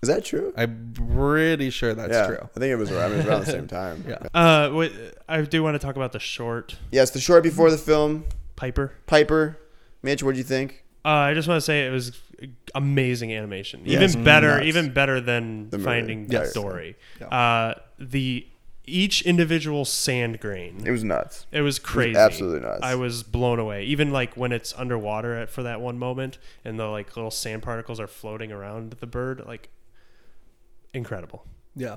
Speaker 2: is that true?
Speaker 4: I'm pretty sure that's
Speaker 2: yeah,
Speaker 4: true.
Speaker 2: I think it was around, it was around the same time.
Speaker 4: Yeah.
Speaker 3: Uh, wait, I do want to talk about the short
Speaker 2: Yes, the short before the film,
Speaker 3: Piper.
Speaker 2: Piper, Mitch. What do you think?
Speaker 3: Uh, I just want to say it was amazing animation.
Speaker 2: Yeah, it's
Speaker 3: even better,
Speaker 2: nuts.
Speaker 3: even better than
Speaker 2: movie.
Speaker 3: Finding
Speaker 2: Yes.
Speaker 3: Dory. Uh, the each individual sand grain.
Speaker 2: It was nuts.
Speaker 3: It was crazy.
Speaker 2: absolutely nuts.
Speaker 3: I was blown away. Even like when it's underwater at, for that one moment, and the like little sand particles are floating around the bird, like incredible.
Speaker 4: Yeah.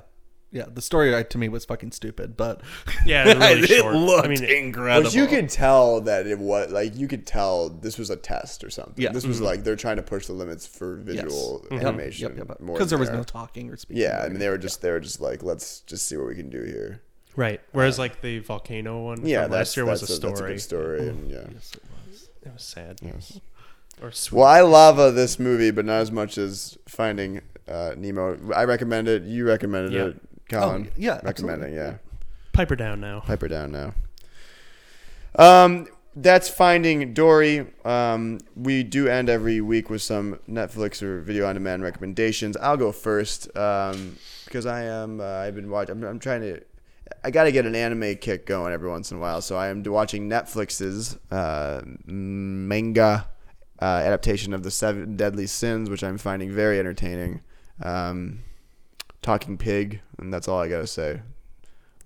Speaker 4: Yeah, the story arc to me was fucking stupid, but
Speaker 3: Yeah, they're really
Speaker 4: it
Speaker 3: short. I
Speaker 4: looked
Speaker 3: mean, it-
Speaker 4: incredible.
Speaker 2: But you could tell that it was like you could tell this was a test or something.
Speaker 4: Yeah. Mm-hmm.
Speaker 2: This was like they're trying to push the limits for visual animation
Speaker 4: Yep, yep, yep.
Speaker 2: more
Speaker 4: Because there
Speaker 2: than
Speaker 4: was
Speaker 2: they
Speaker 4: no
Speaker 2: are.
Speaker 4: talking or speaking.
Speaker 2: Yeah, I mean they were just they were just like let's just see what we can do here.
Speaker 3: right. Whereas like the volcano one,
Speaker 2: Yeah,
Speaker 3: from
Speaker 2: that's,
Speaker 3: last year was a
Speaker 2: that's
Speaker 3: story.
Speaker 2: That's a good story.
Speaker 4: Mm-hmm.
Speaker 2: And yeah.
Speaker 3: It was sad. Or sweet.
Speaker 2: Well, I love uh, this movie, but not as much as Finding uh, Nemo. I recommend it. You recommended
Speaker 3: Yeah.
Speaker 2: it, Colin.
Speaker 4: Oh, yeah,
Speaker 2: recommending.
Speaker 4: absolutely.
Speaker 2: Yeah.
Speaker 3: Piper down now.
Speaker 2: Piper down now. Um, that's Finding Dory. Um, we do end every week with some Netflix or video on demand recommendations. I'll go first um, because I am. Uh, I've been watching. I'm, I'm trying to. I got to get an anime kick going every once in a while, so I am watching Netflix's uh, manga uh, adaptation of the Seven Deadly Sins, which I'm finding very entertaining. Um, Talking Pig, and that's all I gotta say.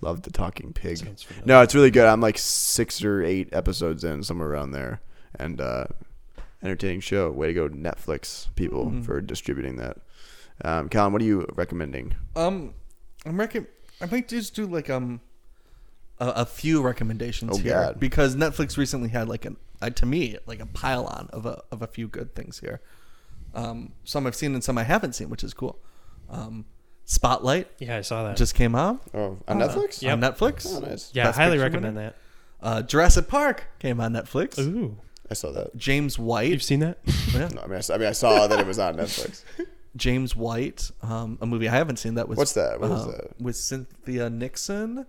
Speaker 2: Love the Talking Pig. No, it's really good. I'm like six or eight episodes in, somewhere around there, and uh, entertaining show. Way to go, Netflix people,
Speaker 4: Mm-hmm.
Speaker 2: for distributing that. Um, Colin, what are you recommending?
Speaker 4: Um, I'm reckon I might just do like um a, a few recommendations
Speaker 2: Oh,
Speaker 4: here
Speaker 2: God.
Speaker 4: because Netflix recently had like an uh, to me like a pile on of a of a few good things here. Um, some I've seen and some I haven't seen, which is cool. Um, Spotlight
Speaker 3: Yeah, I saw that.
Speaker 4: just came out
Speaker 2: Oh,
Speaker 4: Uh,
Speaker 2: on Netflix?
Speaker 3: Yep.
Speaker 4: on Netflix.
Speaker 2: Oh, nice.
Speaker 3: yeah,
Speaker 4: Best
Speaker 3: highly
Speaker 4: Picture
Speaker 3: recommend
Speaker 4: winner.
Speaker 3: that.
Speaker 4: Uh, Jurassic Park came on Netflix.
Speaker 3: Ooh,
Speaker 2: I saw that.
Speaker 4: James
Speaker 3: you've
Speaker 4: White.
Speaker 3: seen that?
Speaker 4: yeah,
Speaker 2: No, I mean, I saw, I mean, I saw that it was on Netflix.
Speaker 4: James White, um, a movie I haven't seen that was
Speaker 2: What's that? What is
Speaker 4: uh,
Speaker 2: that?
Speaker 4: with Cynthia Nixon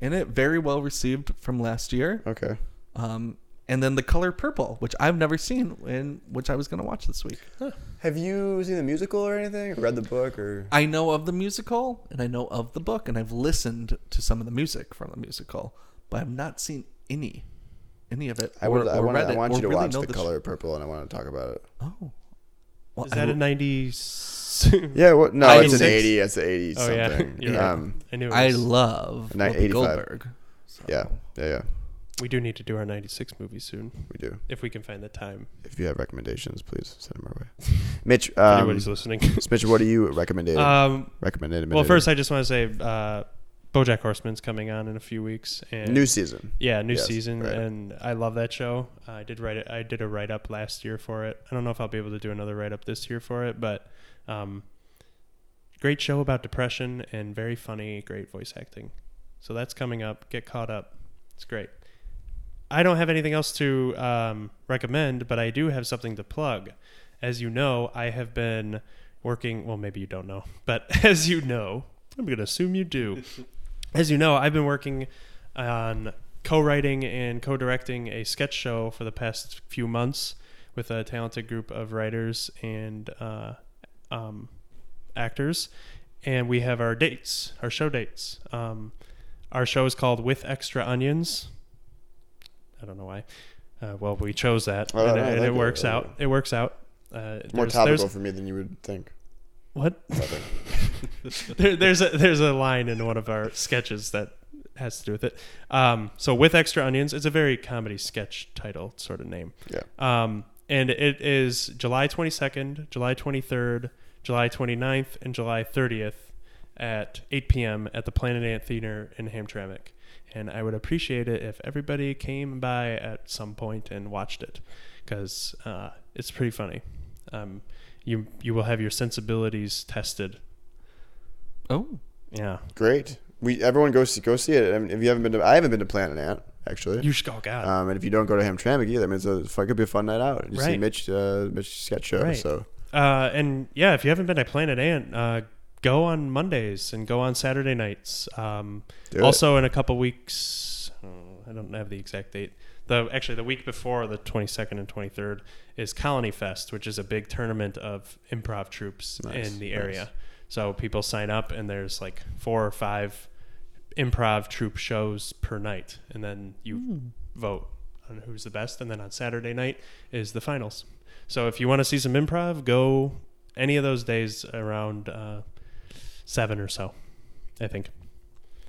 Speaker 4: in it. Very well received from last year.
Speaker 2: Okay.
Speaker 4: Um, and then The Color Purple, which I've never seen and which I was going to watch this week.
Speaker 2: Have you seen the musical or anything? Or read the book or?
Speaker 4: I know of the musical and I know of the book, and I've listened to some of the music from the musical, but I've not seen any any of it.
Speaker 2: I would.
Speaker 4: or-
Speaker 2: I,
Speaker 4: or
Speaker 2: want,
Speaker 4: read
Speaker 2: I
Speaker 4: it,
Speaker 2: want
Speaker 4: or
Speaker 2: you to
Speaker 4: really
Speaker 2: watch
Speaker 4: know
Speaker 2: the
Speaker 4: sh-
Speaker 2: color purple, and I want to talk about it.
Speaker 4: Oh, well,
Speaker 3: Is
Speaker 4: I
Speaker 3: that a
Speaker 4: w-
Speaker 3: ninety?
Speaker 2: Yeah. What? No,
Speaker 3: I
Speaker 2: it's an
Speaker 3: didn't-
Speaker 2: eighty. It's an eighty
Speaker 3: Oh yeah,
Speaker 2: something.
Speaker 3: You're right.
Speaker 2: um,
Speaker 3: I knew. It
Speaker 4: I
Speaker 3: was-
Speaker 4: love
Speaker 2: Night
Speaker 4: Whoopi
Speaker 2: 85.
Speaker 4: Goldberg. So.
Speaker 2: yeah. Yeah. Yeah.
Speaker 3: we do need to do our ninety-six movie soon
Speaker 2: We do.
Speaker 3: if we can find the time.
Speaker 2: If you have recommendations, please send them our way. Mitch.
Speaker 3: If
Speaker 2: Um,
Speaker 3: anybody's listening.
Speaker 2: Mitch, what do you recommended?
Speaker 3: um,
Speaker 2: recommended.
Speaker 3: well, first I just want to say, uh, BoJack Horseman's coming on in a few weeks, and
Speaker 2: new season.
Speaker 3: Yeah, new
Speaker 2: Yes,
Speaker 3: season,
Speaker 2: right.
Speaker 3: and I love that show. I did write it. I did a write up last year for it. I don't know if I'll be able to do another write up this year for it, but um, great show about depression and very funny, great voice acting. So that's coming up. Get caught up. It's great. I don't have anything else to um, recommend, but I do have something to plug. As you know, I have been working. Well, maybe you don't know, but as you know, I'm going to assume you do. as you know, I've been working on co-writing and co-directing a sketch show for the past few months with a talented group of writers and uh, um, actors, and we have our dates, our show dates. Um, our show is called With Extra Onions. I don't know why. Uh, well, we chose that,
Speaker 2: Oh,
Speaker 3: and,
Speaker 2: I
Speaker 3: and
Speaker 2: like
Speaker 3: it
Speaker 2: it.
Speaker 3: works
Speaker 2: I like
Speaker 3: out. It works out. Uh,
Speaker 2: More
Speaker 3: there's-
Speaker 2: topical
Speaker 3: there's-
Speaker 2: for me than you would think. uh,
Speaker 3: what? there, there's a there's a line in one of our sketches that has to do with it. Um, so with extra onions, it's a very comedy sketch title sort of name.
Speaker 2: Yeah.
Speaker 3: Um, and it is July 22nd, July 23rd, July 29th, and July 30th at 8 p.m. at the Planet Ant Theater in Hamtramck. And I would appreciate it if everybody came by at some point and watched it because uh, it's pretty funny. Um, you you will have your sensibilities tested.
Speaker 4: Oh,
Speaker 3: Yeah,
Speaker 2: Great. We everyone go see go see it. I mean, if you haven't been to, I haven't been to Planet Ant actually.
Speaker 3: you should go. God,
Speaker 2: Um, and if you don't go to Hamtramck either, I mean, it's a, it could be a fun night out. You see
Speaker 3: Right.
Speaker 2: Mitch, uh, Mitch sketch show.
Speaker 3: Right.
Speaker 2: So
Speaker 3: Uh, and yeah, if you haven't been to Planet Ant, uh, go on Mondays and go on Saturday nights. Um,
Speaker 2: Do it.
Speaker 3: also, in a couple weeks, oh, I don't have the exact date. The actually the week before the 22nd and 23rd is Colony Fest, which is a big tournament of improv troops
Speaker 2: Nice,
Speaker 3: in the
Speaker 2: nice.
Speaker 3: area. So people sign up, and there's like four or five improv troupe shows per night, and then you
Speaker 2: Hmm.
Speaker 3: vote on who's the best. And then on Saturday night is the finals. So if you want to see some improv, go any of those days around uh, seven or so, I think.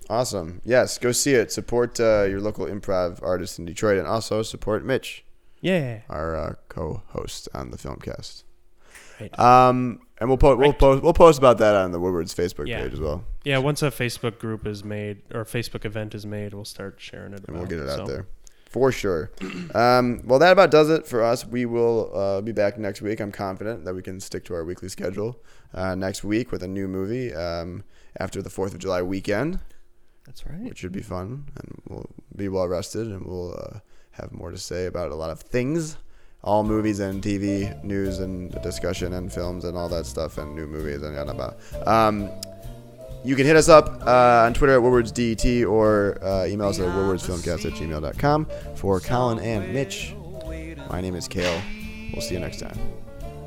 Speaker 2: awesome. Yes, go see it. Support uh, your local improv artist in Detroit, and also support Mitch,
Speaker 3: Yeah.
Speaker 2: our uh, co-host on the Filmcast.
Speaker 3: Right.
Speaker 2: Um, and we'll post we'll
Speaker 3: Right.
Speaker 2: post we'll post about that on the Woodward's Facebook
Speaker 3: Yeah.
Speaker 2: page as well,
Speaker 3: Yeah. Once a Facebook group is made or Facebook event is made, we'll start sharing it.
Speaker 2: and we'll
Speaker 3: about,
Speaker 2: get it
Speaker 3: so.
Speaker 2: out there. For sure. Um, well, that about does it for us. We will uh, be back next week. I'm confident that we can stick to our weekly schedule uh, next week with a new movie um, after the 4th of July weekend.
Speaker 4: that's right.
Speaker 2: which should be fun, and we'll be well rested, and we'll uh, have more to say about a lot of things, all movies and TV news and discussion and films and all that stuff and new movies and yada yada. Um, you can hit us up uh, on Twitter at WoodwardsDT or uh, email us at WoodwardsFilmcast at gmail.com. For Colin and Mitch, my name is Kale. We'll see you next time.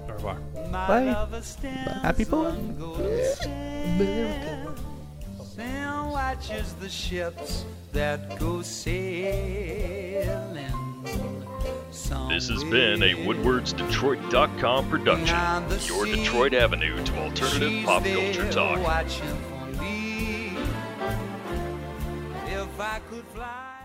Speaker 3: Au revoir.
Speaker 4: Bye. Happy Pulling.
Speaker 6: and watches the ships that go sailing.
Speaker 1: This has been a WoodwardsDetroit.com production, your Detroit avenue to alternative pop culture talk.
Speaker 6: Watching for me. If I could fly.